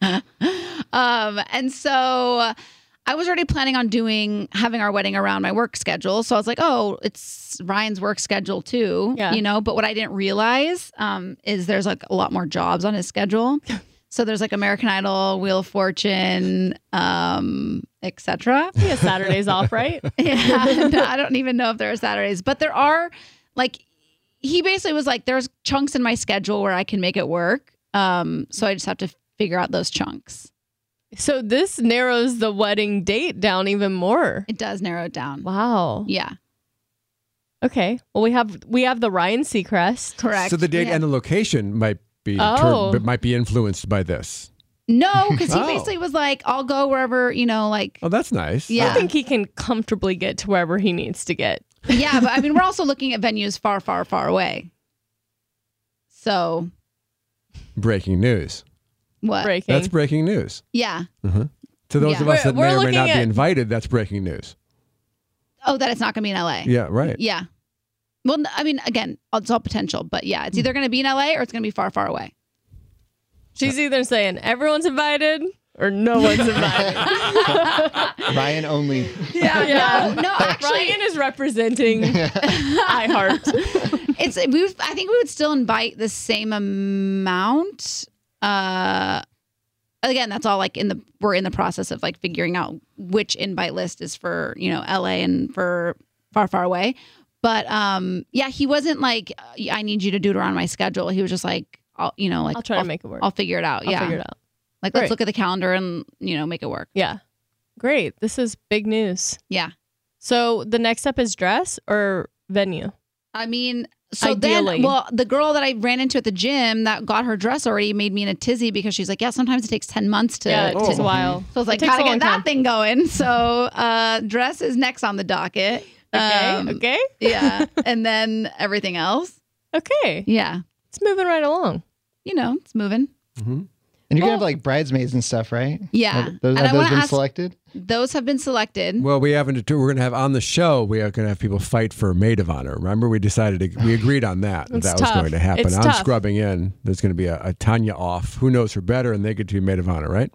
Um, and so I was already planning on doing having our wedding around my work schedule. So I was like, oh, it's Ryan's work schedule too, Yeah. you know. But what I didn't realize um, is there's like a lot more jobs on his schedule. So there's like American Idol, Wheel of Fortune, um, etc. Yeah, Saturday's off, right? Yeah, no, I don't even know if there are Saturdays, but there are. Like, he basically was like, "There's chunks in my schedule where I can make it work." Um, so I just have to figure out those chunks. So this narrows the wedding date down even more. It does narrow it down. Wow. Yeah, Okay. Well, we have we have the Ryan Seacrest. correct. So the date Yeah. and the location might be Oh. tur- might be influenced by this. no, because he Oh. basically was like, "I'll go wherever you know." Like, Oh, that's nice. yeah, I think he can comfortably get to wherever he needs to get. yeah, but I mean, we're also looking at venues far, far, far away. So Breaking news. what? Breaking. That's breaking news. Yeah. To those Yeah. of us We're- that we're may or may looking not at- be invited, that's breaking news. Oh, that it's not going to be in LA. Yeah, right. Yeah. Well, n- I mean, again, it's all potential, but yeah, Hmm. it's either going to be in LA or it's going to be far, far away. She's either saying everyone's invited or no one's invited. Ryan only. Yeah. Yeah. No, no, actually, Ryan is representing iHeart. it's we. would- I think we would still invite the same amount. Uh, again, that's all like in the we're in the process of like figuring out which invite list is for you know LA and for far far away. But um, yeah, he wasn't like I need you to do it around my schedule. He was just like, I'll you know like I'll try to make it work. I'll figure it out. I'll yeah, figure it out. like let's Great. look at the calendar and you know make it work. Yeah. Great. This is big news. Yeah, So the next step is dress or venue. I mean, so Ideally. then, well, the girl that I ran into at the gym that got her dress already made me in a tizzy because she's like, yeah, sometimes it takes 10 months to. yeah, it to- takes a while. So I was It like, takes a gotta long get that time. thing going. So uh, dress is next on the docket. Okay. Um, okay. yeah. And then everything else. Okay. Yeah. It's moving right along. You know, it's moving. And you're gonna have like bridesmaids and stuff, right? Yeah. Have those, And have I those wanna been ask- selected? Those have been selected. Well, we haven't. We're going to have on the show. We are going to have people fight for maid of honor. Remember, we decided to, we agreed on that. that It's was tough. going to happen. It's I'm tough. scrubbing in. There's going to be a, a Tanya off. Who knows her better? And they get to be maid of honor, right?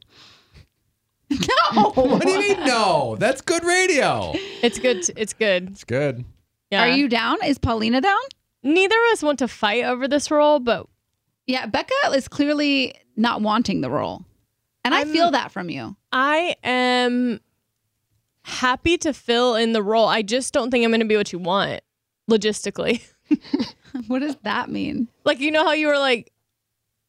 No. What do you mean? No, that's good radio. It's good. It's good. It's good. Yeah. Are you down? Is Paulina down? Neither of us want to fight over this role, but Yeah. Becca is clearly not wanting the role. And i I'm- feel that from you. I am happy to fill in the role. I just don't think I'm going to be what you want logistically. What does that mean? like you know how you were like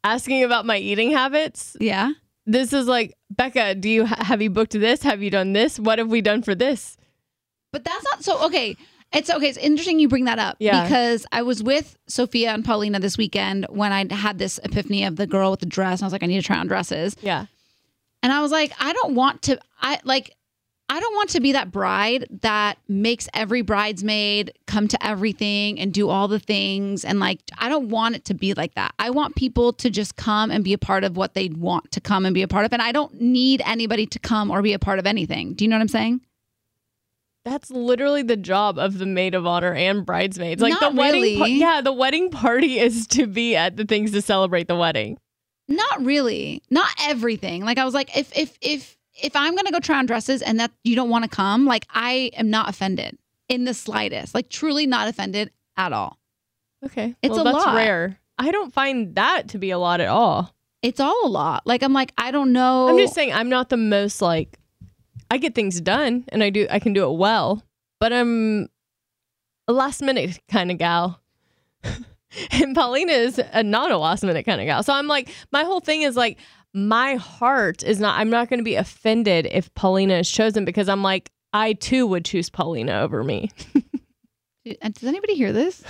asking about my eating habits. Yeah. This is like Becca. Do you have you booked this? Have you done this? What have we done for this? But that's not so okay. It's okay. It's interesting you bring that up Yeah. because I was with Sophia and Paulina this weekend when I had this epiphany of the girl with the dress. And I was like, I need to try on dresses. Yeah. And I was like, I don't want to, I like, I don't want to be that bride that makes every bridesmaid come to everything and do all the things. And like, I don't want it to be like that. I want people to just come and be a part of what they want to come and be a part of. And I don't need anybody to come or be a part of anything. Do you know what I'm saying? That's literally the job of the maid of honor and bridesmaids. Like Not the wedding really. par- Yeah, the wedding party is to be at the things to celebrate the wedding. Not really. Not everything. Like I was like, if if if if I'm gonna go try on dresses and that you don't want to come, like I am not offended in the slightest. Like truly not offended at all. Okay. It's well, a that's lot. rare. I don't find that to be a lot at all. It's all a lot. Like I'm like I don't know. I'm just saying I'm not the most like I get things done and I do I can do it well, but I'm a last minute kind of gal. and Paulina is a not a last minute kind of gal. So I'm like my whole thing is like my heart is not I'm not going to be offended if Paulina is chosen because I'm like I too would choose Paulina over me. And Does anybody hear this?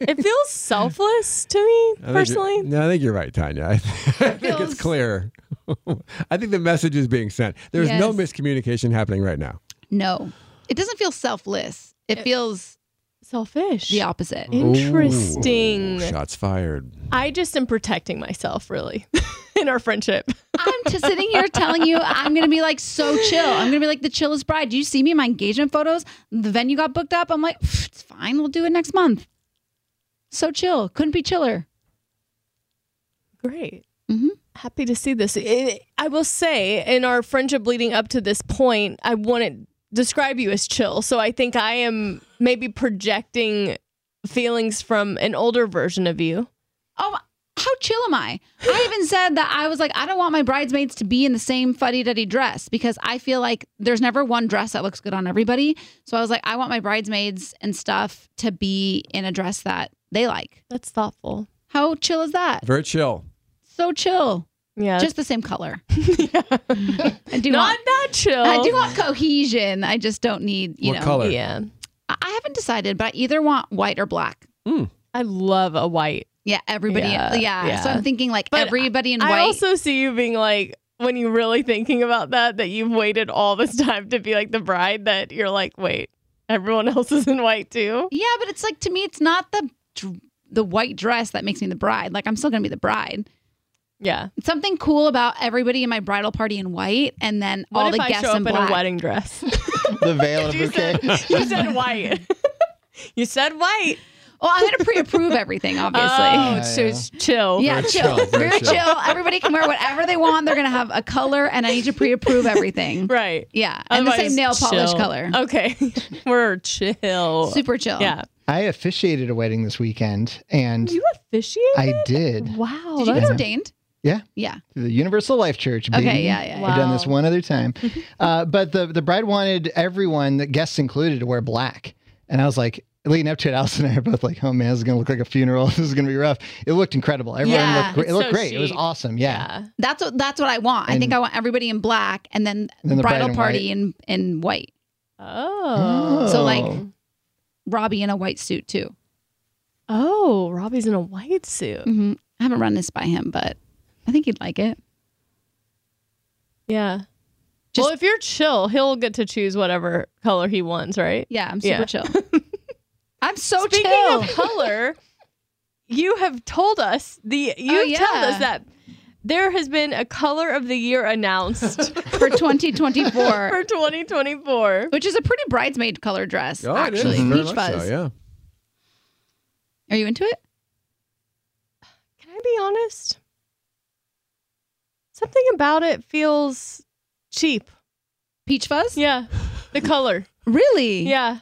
It feels selfless to me I think you're- personally. no, I think you're right, Tanya. I, th- I think Feels- it's clear. I think the message is being sent. There's no Yes. miscommunication happening right now. No, it doesn't feel selfless. It feels Selfish. the opposite. Interesting. Ooh, shots fired. I just am protecting myself really in our friendship. I'm just sitting here telling you I'm gonna be like so chill. I'm gonna be like the chillest bride. Do you see me in my engagement photos? The venue got booked up. I'm like, "Pff, it's fine. We'll do it next month. So chill. Couldn't be chiller. Great. Mhm. Happy to see this. I I will say, in our friendship leading up to this point, I wouldn't describe you as chill. So I think I am maybe projecting feelings from an older version of you. Oh, how chill am I? I even said that I was like, I don't want my bridesmaids to be in the same fuddy duddy dress because I feel like there's never one dress that looks good on everybody. So I was like, I want my bridesmaids and stuff to be in a dress that they like. That's thoughtful. How chill is that? Very chill. So chill. Yeah. Just the same color. I do not want, that chill. I do want cohesion. I just don't need, you what know. color? Yeah. I I haven't decided, but I either want white or black. I love a white. Yeah, everybody. Yeah. Yeah, So yeah. I'm thinking like But everybody in I white. also see you being like, when you're really thinking about that, that you've waited all this time to be like the bride, that you're like, wait, everyone else is in white too. Yeah, but it's like to me, it's not the dr- the white dress that makes me the bride. Like I'm still gonna be the bride. Yeah. It's something cool about everybody in my bridal party in white, and then What all if the I guests show up in in black. a wedding dress? The veil and a you, bouquet. said, you said white. you said white. Well, I'm gonna pre-approve everything, obviously. Oh, so it's chill. yeah, Very chill, chill, very very chill. chill. Everybody can wear whatever they want. They're gonna have a color, and I need to pre-approve everything. Right. Yeah, and the Otherwise, same nail polish chill. color. Okay. We're chill. Super chill. Yeah. I officiated a wedding this weekend and You officiated? I did Did Wow. you get that's- Oh, ordained? Yeah. Yeah. to the Universal Life Church. Okay, baby. yeah, yeah, I've done this Wow. one other time. uh, but the, the bride wanted everyone, the guests included, to wear black. And I was like, leading up to it, Alice and I are both like, oh man, this is going to look like a funeral. this is going to be rough. It looked incredible. Everyone Yeah, looked great. It it's looked so great. It was chic. awesome. Yeah. yeah. That's what that's what I want. I think And- I want everybody in black, and then, Then the bride bridal in party white. in in white. Oh. So, like- Oh. Robbie in a white suit too. Oh, Robbie's in a white suit. hmm I haven't run this by him, but I think he'd like it. Yeah. Just- well, if you're chill, he'll get to choose whatever color he wants, right? Yeah, I'm super Yeah. chill. I'm so Speaking Oh, chill. of color, you have told us the you Oh, have told yeah. us that there has been a color of the year announced for 2024, for 2024. which is a pretty bridesmaid color dress, Oh, it is. actually. Very Peach much so, fuzz. yeah. Are you into it? Can I be honest? Something about it feels cheap. Peach fuzz? Yeah. The color. Really? Yeah.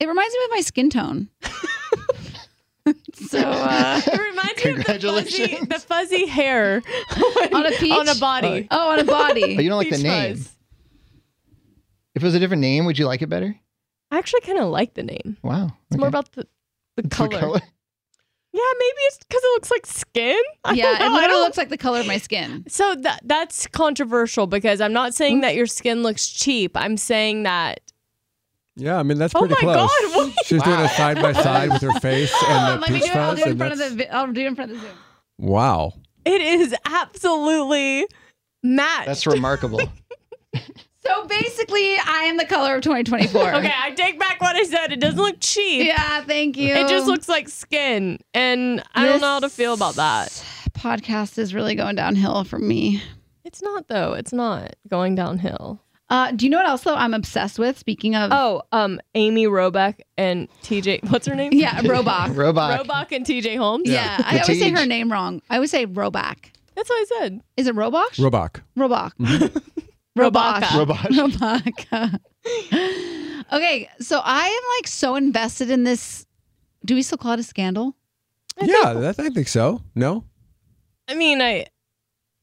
It reminds me of my skin tone. so uh, It reminds me of the fuzzy, Congratulations. the fuzzy hair on a peach, on a body. Oh, on a But you body. don't like the Peach name. fuzz. If it was a different name, would you like it better? I actually kind of like the name. Wow. It's more about the, the color. Yeah, maybe it's because it looks like skin. I don't Yeah, it know. I literally don't- looks like the color of my skin. So that Mm. that's controversial because I'm not saying that your skin looks cheap. I'm saying that Yeah, I mean that's Oh pretty my close. God, what? She's doing a side by side with her face and the Let me peach do it. I'll fuzz, do it in and front of the. that's- vi- I'll do it in front of the Zoom. Wow. It is absolutely matched. That's remarkable. So basically, I am the color of 2024. Okay, I take back what I said. It doesn't look cheap. Yeah, thank you. It just looks like skin, and I don't know how to feel about that. Podcast is really going downhill for me. It's not though. It's not going downhill. Uh, do you know what else though I'm obsessed with? Speaking of, Oh, um, Amy Roebuck and TJ. What's her name? yeah, Roboc. Robot. Roebuck and TJ Holmes. yeah, I always say Teej. her name wrong. I always say Robac. that's what I said. Is it Roboc? Roboc. Roboc. Roboc. Robot. Roboc. okay, so I am like so invested in this. Do we still call it a scandal? yeah, that, I think so. No? I mean, I.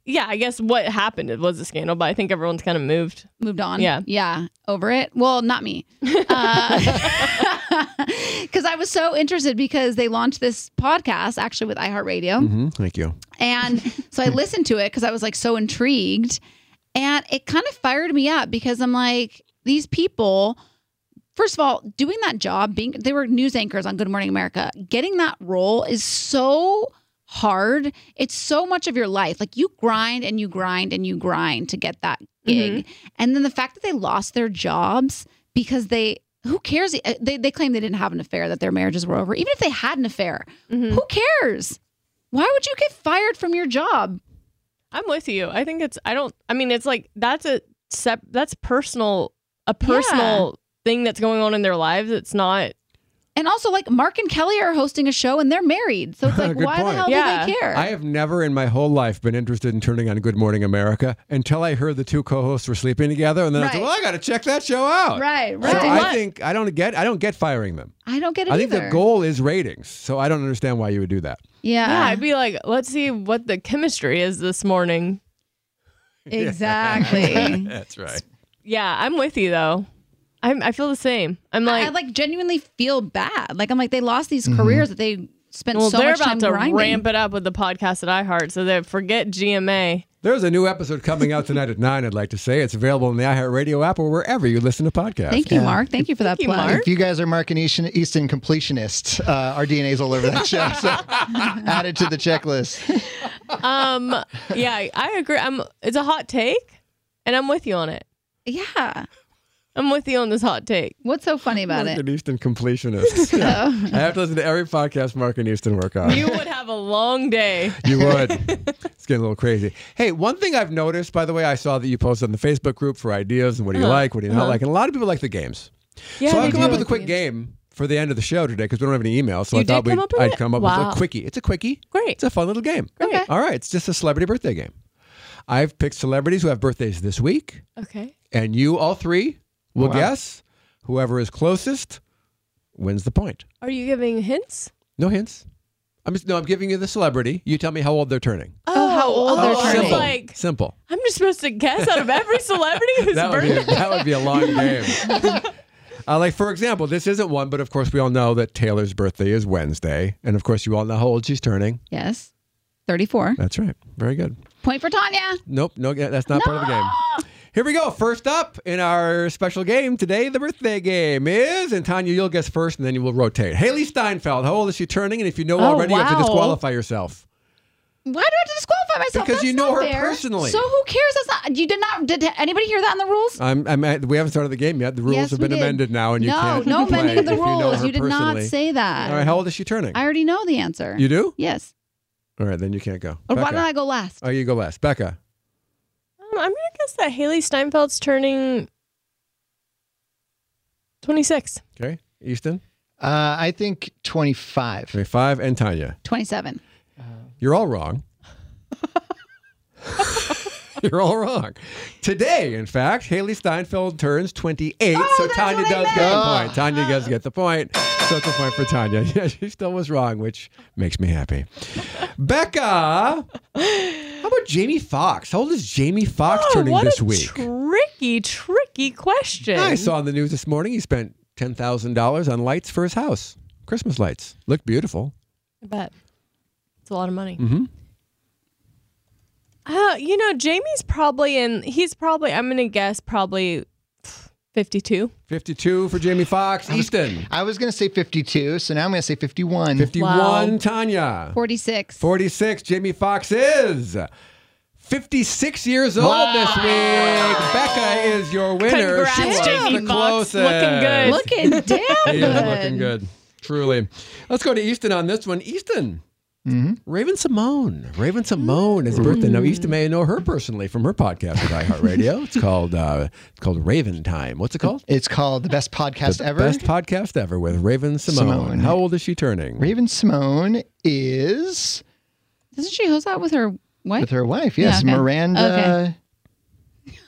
Yeah, I guess what happened it was a scandal, but I think everyone's kind of moved. moved on. Yeah. Yeah. Over it. Well, not me. Because I was so interested because they launched this podcast actually with iHeartRadio. hmm Thank you. And so I listened to it because I was like so intrigued. And it kind of fired me up because I'm like, these people, first of all, doing that job, being they were news anchors on Good Morning America, getting that role is so hard. It's so much of your life. Like you grind and you grind and you grind to get that gig. And then the fact that they lost their jobs because they who cares? Uh, They, they claim they didn't have an affair, that their marriages were over. Even if they had an affair, Mm. Mm-hmm. who cares? Why would you get fired from your job? I'm with you. I think it's. I don't. I mean, it's like that's a sep. That's personal. A personal thing that's going on in their lives. It's not. And also, like Mark and Kelly are hosting a show and they're married, so it's like, Good why point. the hell Yeah. do they care? I have never in my whole life been interested in turning on Good Morning America until I heard the two co-hosts were sleeping together, and then I Right. said, "Well, I got to check that show out." right, So right. uh, I think I don't get I don't get firing them. I don't get it I think either. the goal is ratings, so I don't understand why you would do that. Yeah, yeah, I'd be like, let's see what the chemistry is this morning. exactly. That's right. Yeah, I'm with you though. I'm. I feel the same. I'm like. I like genuinely feel bad. Like I'm like they lost these Mm-hmm. careers that they spent well, so they're much time about to grinding. ramp it up with the podcast at iHeart, so they forget GMA. There's a new episode coming out tonight at nine. I'd like to say it's available on the iHeartRadio app or wherever you listen to podcasts. Thank you, Mark. Thank you for that you, plug. Mark. If you guys are Mark and Easton, Easton completionists, uh, our DNA's all over that show. So add it to the checklist. Um. yeah, I- I agree. I'm. It's a hot take, and I'm with you on it. Yeah. I'm with you on this hot take. What's so funny about Mark it? Oh. and Easton completionists. Yeah. I have to listen to every podcast Mark and Easton work on. You would have a long day. You would. it's getting a little crazy. Hey, one thing I've noticed, by the way, I saw that you posted on the Facebook group for ideas and what do you like, what do you not like, and a lot of people like the games. Uh-huh. Yeah, so they I come do. up with a quick game for the end of the show today because we don't have any emails. So You I thought did come we'd, up with I'd it? come up with Wow. a quickie. It's a quickie. Great. It's a fun little game. Okay. All right. It's just a celebrity birthday game. I've picked celebrities who have birthdays this week, Okay. and you all three will guess whoever is closest wins the point. Are you giving hints? No hints. I'm just no. I'm giving you the celebrity. You tell me how old they're turning. Oh, how old oh, they're I was turning. Simple. Like, Simple. I'm just supposed to guess out of every celebrity who's That would, be birthday. a, that would be a long game. Uh, like for example, this isn't one, but of course we all know that Taylor's birthday is Wednesday, and of course you all know how old she's turning. Yes. 34. That's right. Very good. Point for Tanya. Nope, no, that's not part of the game. Here we go. First up in our special game today, the birthday game is, and Tanya, you'll guess first, and then you will rotate. Haley Steinfeld, how old is she turning? And if you know Oh, already, you have to wow. disqualify yourself. Why do I have to disqualify myself? Because That's you know not her fair. personally. So who cares? That's not. You did not. Did anybody hear that in the rules? I'm, I'm at, we haven't started the game yet. The rules Yes, have we been did. amended now, and you no, can't. no play amending of the if you know rules. her You, did not personally. say that. All right, how old is she turning? I already know the answer. you do? Yes. All right, then you can't go. Oh, Or why Becca. don't I go last? Oh, you go last. Becca. Um, I'm gonna guess that Haley Steinfeld's turning 26. Okay. Easton. Uh, I think 25. 25. And Tanya. Twenty-seven. You're all wrong. You're all wrong. Today, in fact, Haley Steinfeld turns 28, Oh, so Tanya does get the point. Tanya does get the point. So it's a point for Tanya. Yeah, she still was wrong, which makes me happy. Becca, how about Jamie Foxx? How old is Jamie Foxx turning Oh, what this a week? tricky, tricky question. I saw on the news this morning he spent $10,000 on lights for his house, Christmas lights. Looked beautiful. I bet it's a lot of money. Mm-hmm. Uh, you know, Jamie's probably in. He's probably. I'm gonna guess probably 52. 52 for Jamie Fox. Easton. I was going to say 52, so now I'm going to say 51. 51, Wow. Tanya. 46. 46, Jamie Fox is 56 years old this week. Becca is your winner. Congrats, she was Jamie the Fox. closest. Looking Looking good. damn good. He is looking good. Truly. Let's go to Easton on this one. Easton. Mm-hmm. Raven Simone. Raven Simone is birthday. Now, Easton may know her personally from her podcast with iHeartRadio. it's called uh, it's called Raven Time. What's it called? It's called the best podcast The ever. Best podcast ever with Raven Simone. Simone. How old is she turning? Raven Simone is Doesn't she host that with her wife? with her wife. Yes, Yeah, okay. Miranda.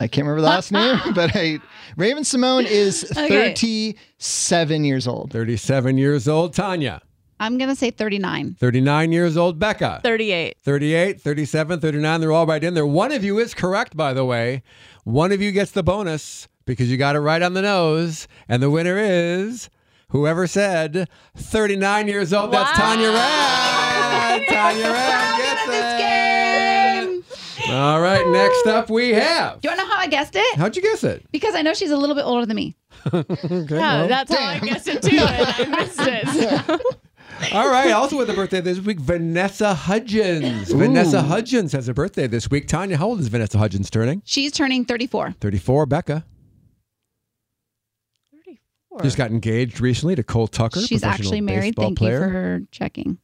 I can't remember the last name, but I, Raven Simone is Okay. 37 years old. 37 years old, Tanya. I'm going to say 39. 39 years old, Becca. 38. 38, 37, 39. They're all right in there. One of you is correct, by the way. One of you gets the bonus because you got it right on the nose. And the winner is whoever said 39 years old. That's Tanya Rad. Tanya Rad gets it. All right, next up we have. Do you want to know how I guessed it? How'd you guess it? Because I know she's a little bit older than me. Okay, Oh, well. that's how I guessed it too. And I missed it. All right. Also with a birthday this week, Vanessa Hudgens. Vanessa Hudgens has a birthday this week. Tanya, how old is Vanessa Hudgens turning? She's turning 34. 34. Becca 34. just got engaged recently to Cole Tucker. she's professional actually married. baseball Thank player. you for her checking.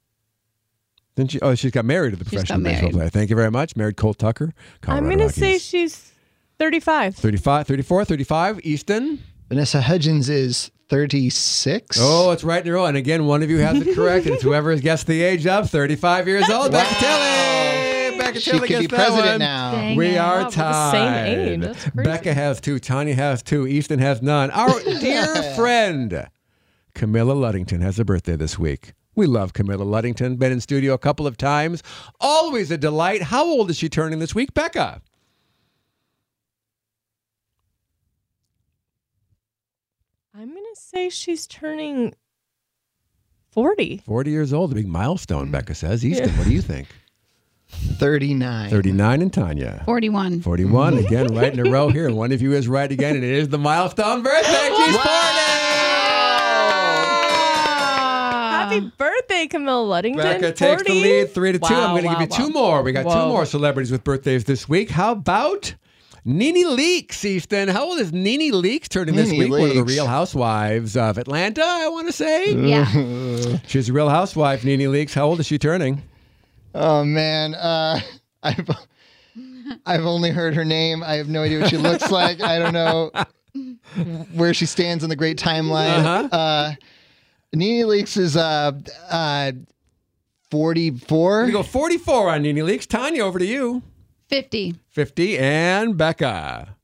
Didn't she? Oh, she's got married to the She's got professional baseball married. player. Thank you very much. Married Cole Tucker. I'm Colorado going to say Rockies. she's 35. 35, 34, 35. Easton. Vanessa Hudgens is 36. Oh, it's right in a row. And again, one of you has it correct. and it's whoever has guessed the age of 35 years old. Becca Tilly. Becca she Tilly could gets be that president one. now. Dang we it. Wow, are we're the same tied. age. That's crazy. Becca has two. Tanya has two. Easton has none. Our dear friend Camilla Luddington has a birthday this week. We love Camilla Luddington. Been in studio a couple of times. Always a delight. How old is she turning this week, Becca? I'm going to say she's turning 40. Forty years old. A big milestone. Becca says. Easton, what do you think? 39. Thirty-nine and Tanya. 41. Mm-hmm. 41 again, right in a row here. And one of you is right again, and it is the milestone birthday. She's 40! Happy birthday, Camille Luddington. Becca takes the 40? lead, three to two. Ah. Wow, I'm going to wow, give you two wow. more. We got two Whoa. more celebrities with birthdays this week. How about Nene Leakes, Easton? How old is Nene Leakes turning this Nene week? One of the Leakes. Real Housewives of Atlanta, I want to say. Yeah. She's a Real Housewife, Nene Leakes. How old is she turning? Oh man, uh, I've I've only heard her name. I have no idea what she looks like. I don't know where she stands on the great timeline. uh Uh-huh. Nene Leaks is uh, uh, We 44. go 44 on Nene Leakes. Tanya, over to you. 50. 50 and Becca.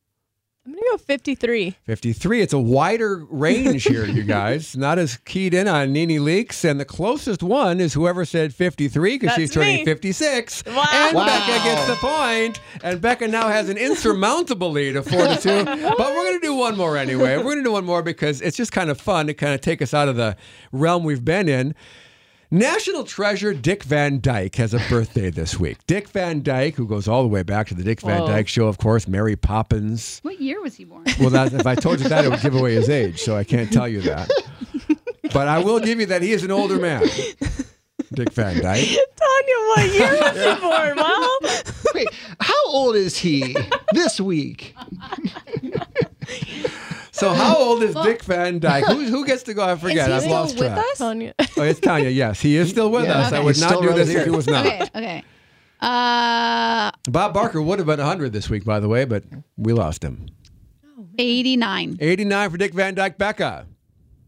I'm going to go 53. 53. It's a wider range here, you guys. Not as keyed in on Nene Leaks. And the closest one is whoever said 53 because she's That's turning me. 56. Wow. And Wow. Becca gets the point. And Becca now has an insurmountable lead of 42. but we're going to do one more anyway. We're going to do one more because it's just kind of fun to kind of take us out of the realm we've been in. National treasure Dick Van Dyke has a birthday this week. Dick Van Dyke, who goes all the way back to the Dick Van Whoa. Dyke show, of course, Mary Poppins. What year was he born? Well, that, if I told you that, it would give away his age, so I can't tell you that. But I will give you that he is an older man. Dick Van Dyke. Tanya, what year was you born? Well, Wait, how old is he this week? So how old is Dick Van Dyke? Who, who gets to go? I forget. he I've still lost with track. us? Tanya. Oh, it's Tanya. Yes, he is still with Yeah, us. I okay. would He's not still do this right if he there. was not. Okay. Okay. Uh, Bob Barker would have been 100 this week, by the way, but we lost him. 89. 89 for Dick Van Dyke. Becca,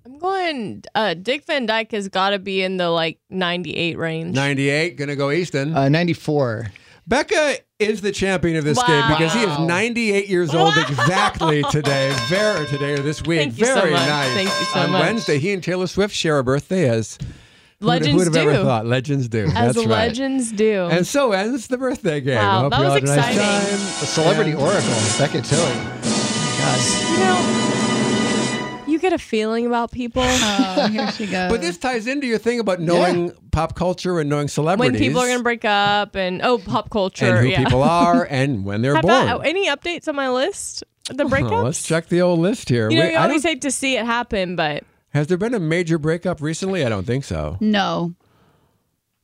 I'm going, uh, Dick Van Dyke has got to be in the like 98 range. 98. Gonna go Easton. Uh, 94. Becca is the champion of this Wow. game because he is 98 years old exactly today, very today or this week. Thank you so very much. nice. Thank you so On much. Wednesday, he and Taylor Swift share a birthday as who would- Legends who would have ever do. thought? Legends do. As That's right. legends do. And so ends the birthday game. Wow, I hope that you was all had a nice exciting. time. A celebrity oracle, Becca Tilly. you know, you get a feeling about people Oh, here she goes. But this ties into your thing about knowing pop culture and knowing celebrities. when people are going to break up and oh, pop culture. and who yeah. people are and when they're Have born. I- oh, any updates on my list? The breakups. Well, let's check the old list here. You know, Wait, you I always don't- hate to see it happen, but has there been a major breakup recently? I don't think so. no.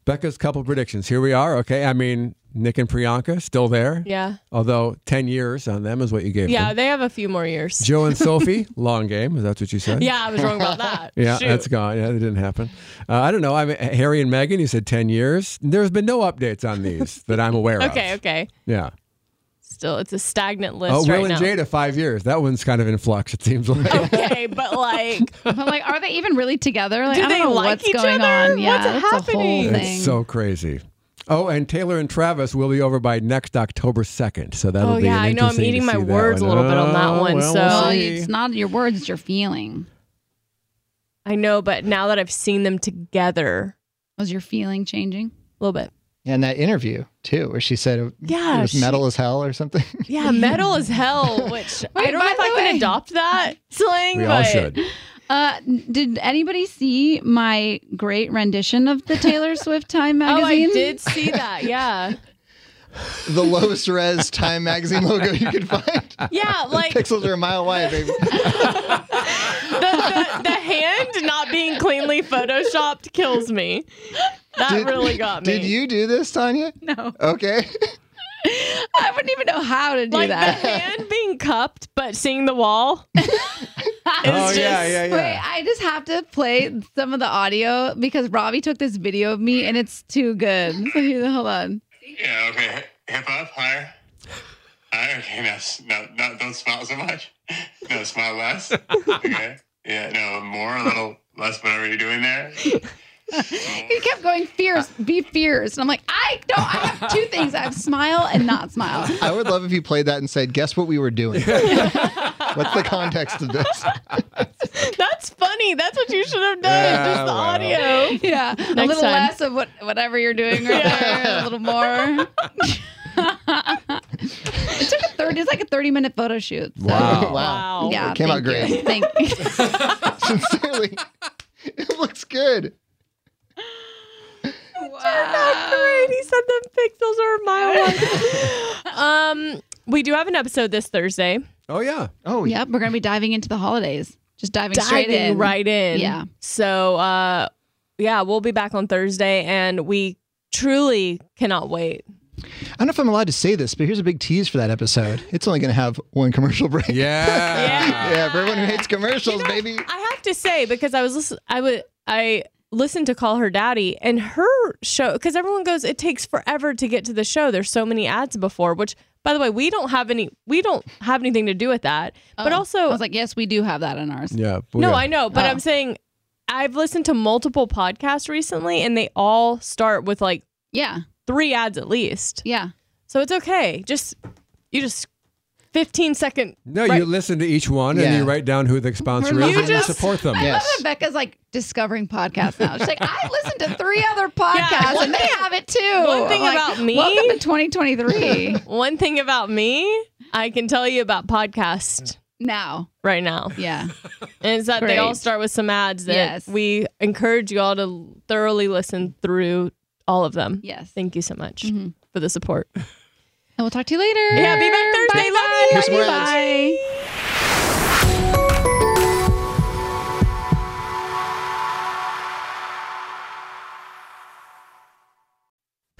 Becca's couple predictions. Here we are. Okay, I mean Nick and Priyanka still there. yeah, Although ten years on them is what you gave yeah, them. they have a few more years. Joe and Sophie, long game. Is that what you said? Yeah, I was wrong about that. Yeah, Shoot. that's gone. Yeah, that didn't happen. Uh, I don't know. I mean, Harry and Meghan. You said ten years. There's been no updates on these that I'm aware of. okay. Okay, Yeah. still, it's a stagnant list Oh, right Will and now. Oh, Jada, five years. That one's kind of in flux. It seems like. Okay, but like, I'm like, are they even really together? Like, Do I don't they know like what's each going other? on. Yeah, What's that's happening? a whole thing. It's so crazy. Oh, and Taylor and Travis will be over by next October second, so that'll Oh, be. yeah, an I know I'm interesting to eating my see that words a one. little bit on that Oh, one, well, so- we'll well, see. it's not your words; it's your feeling. I know, but now that I've seen them together Was your feeling changing? a little bit, And that interview too, where she said it, Yeah, it was she- metal as hell or something. yeah, metal is hell. Which I Wait, don't know by if I the can way- adopt that slang. we but all should. Uh, n- did anybody see my great rendition of the Taylor Swift Time Oh, I magazine? did see that. Yeah, the lowest res Time magazine logo you could find. yeah, like the, Pixels are a mile wide, baby. the, the hand not being cleanly photoshopped kills me. That really got me. Did you do this, Tanya? No, Okay. I wouldn't even know how to do like the that. hand being cupped but seeing the wall? Oh yeah, yeah, yeah. Wait, I just have to play some of the audio because Robbie took this video of me and it's too good. So here- hold on. Yeah, okay. Hip hop, higher. Higher, okay, now, s- now, now don't smile so much. No, smile less. Okay. Yeah, no, more, a little less, whatever you're doing there. He kept going fierce, be fierce, and I'm like, I don't. I have two things: I have smile and not smile. I would love if you played that and said, "Guess what we were doing." What's the context of this? That's funny. That's what you should have done. Yeah, just the well. audio. Yeah, a little time. less of what whatever you're doing right there, a little more. it took a thirty. It's like a thirty-minute photo shoot. So, Wow. Wow. Yeah, It came out thank you. Thank you. Sincerely, it looks good. Great. He said the pixels are a mile wide. um, we do have an episode this Thursday. Oh yeah. Oh, Yep, we're gonna be diving into the holidays. Just diving, straight Diving in. right in. Yeah. So, uh, yeah, we'll be back on Thursday, and we truly cannot wait. I don't know if I'm allowed to say this, but here's a big tease for that episode. It's only going to have one commercial break. Yeah. Yeah, for everyone who hates commercials, baby. I have to say because I was listen- I would I listened to Call Her Daddy and her show because everyone goes it takes forever to get to the show. There's so many ads before, which by the way we don't have any we don't have anything to do with that. but Oh. I also was like, Oh. yes, we do have that on ours. Yeah. we no, got- I know, but I'm saying I've listened to multiple podcasts recently and they all start with like Yeah, three ads at least. yeah. So it's okay. Just you just 15 second No, you listen to each one and Yeah. you write down who the sponsor We're is and not- you support them. I love Yes. that Becca's like discovering podcasts now. She's like, I listened to three other podcasts and they have it too. one thing Like, about me- Welcome to 2023 One thing about me, I can tell you about podcast now. right now. Yeah. And it's that they all Great. start with some ads that Yes. we encourage you all to thoroughly listen through all of them. Yes. Mm-hmm. Thank you so much for the support. And we'll talk to you later. Yeah, be back Thursday. Love you. Bye. Here's more ads. Bye.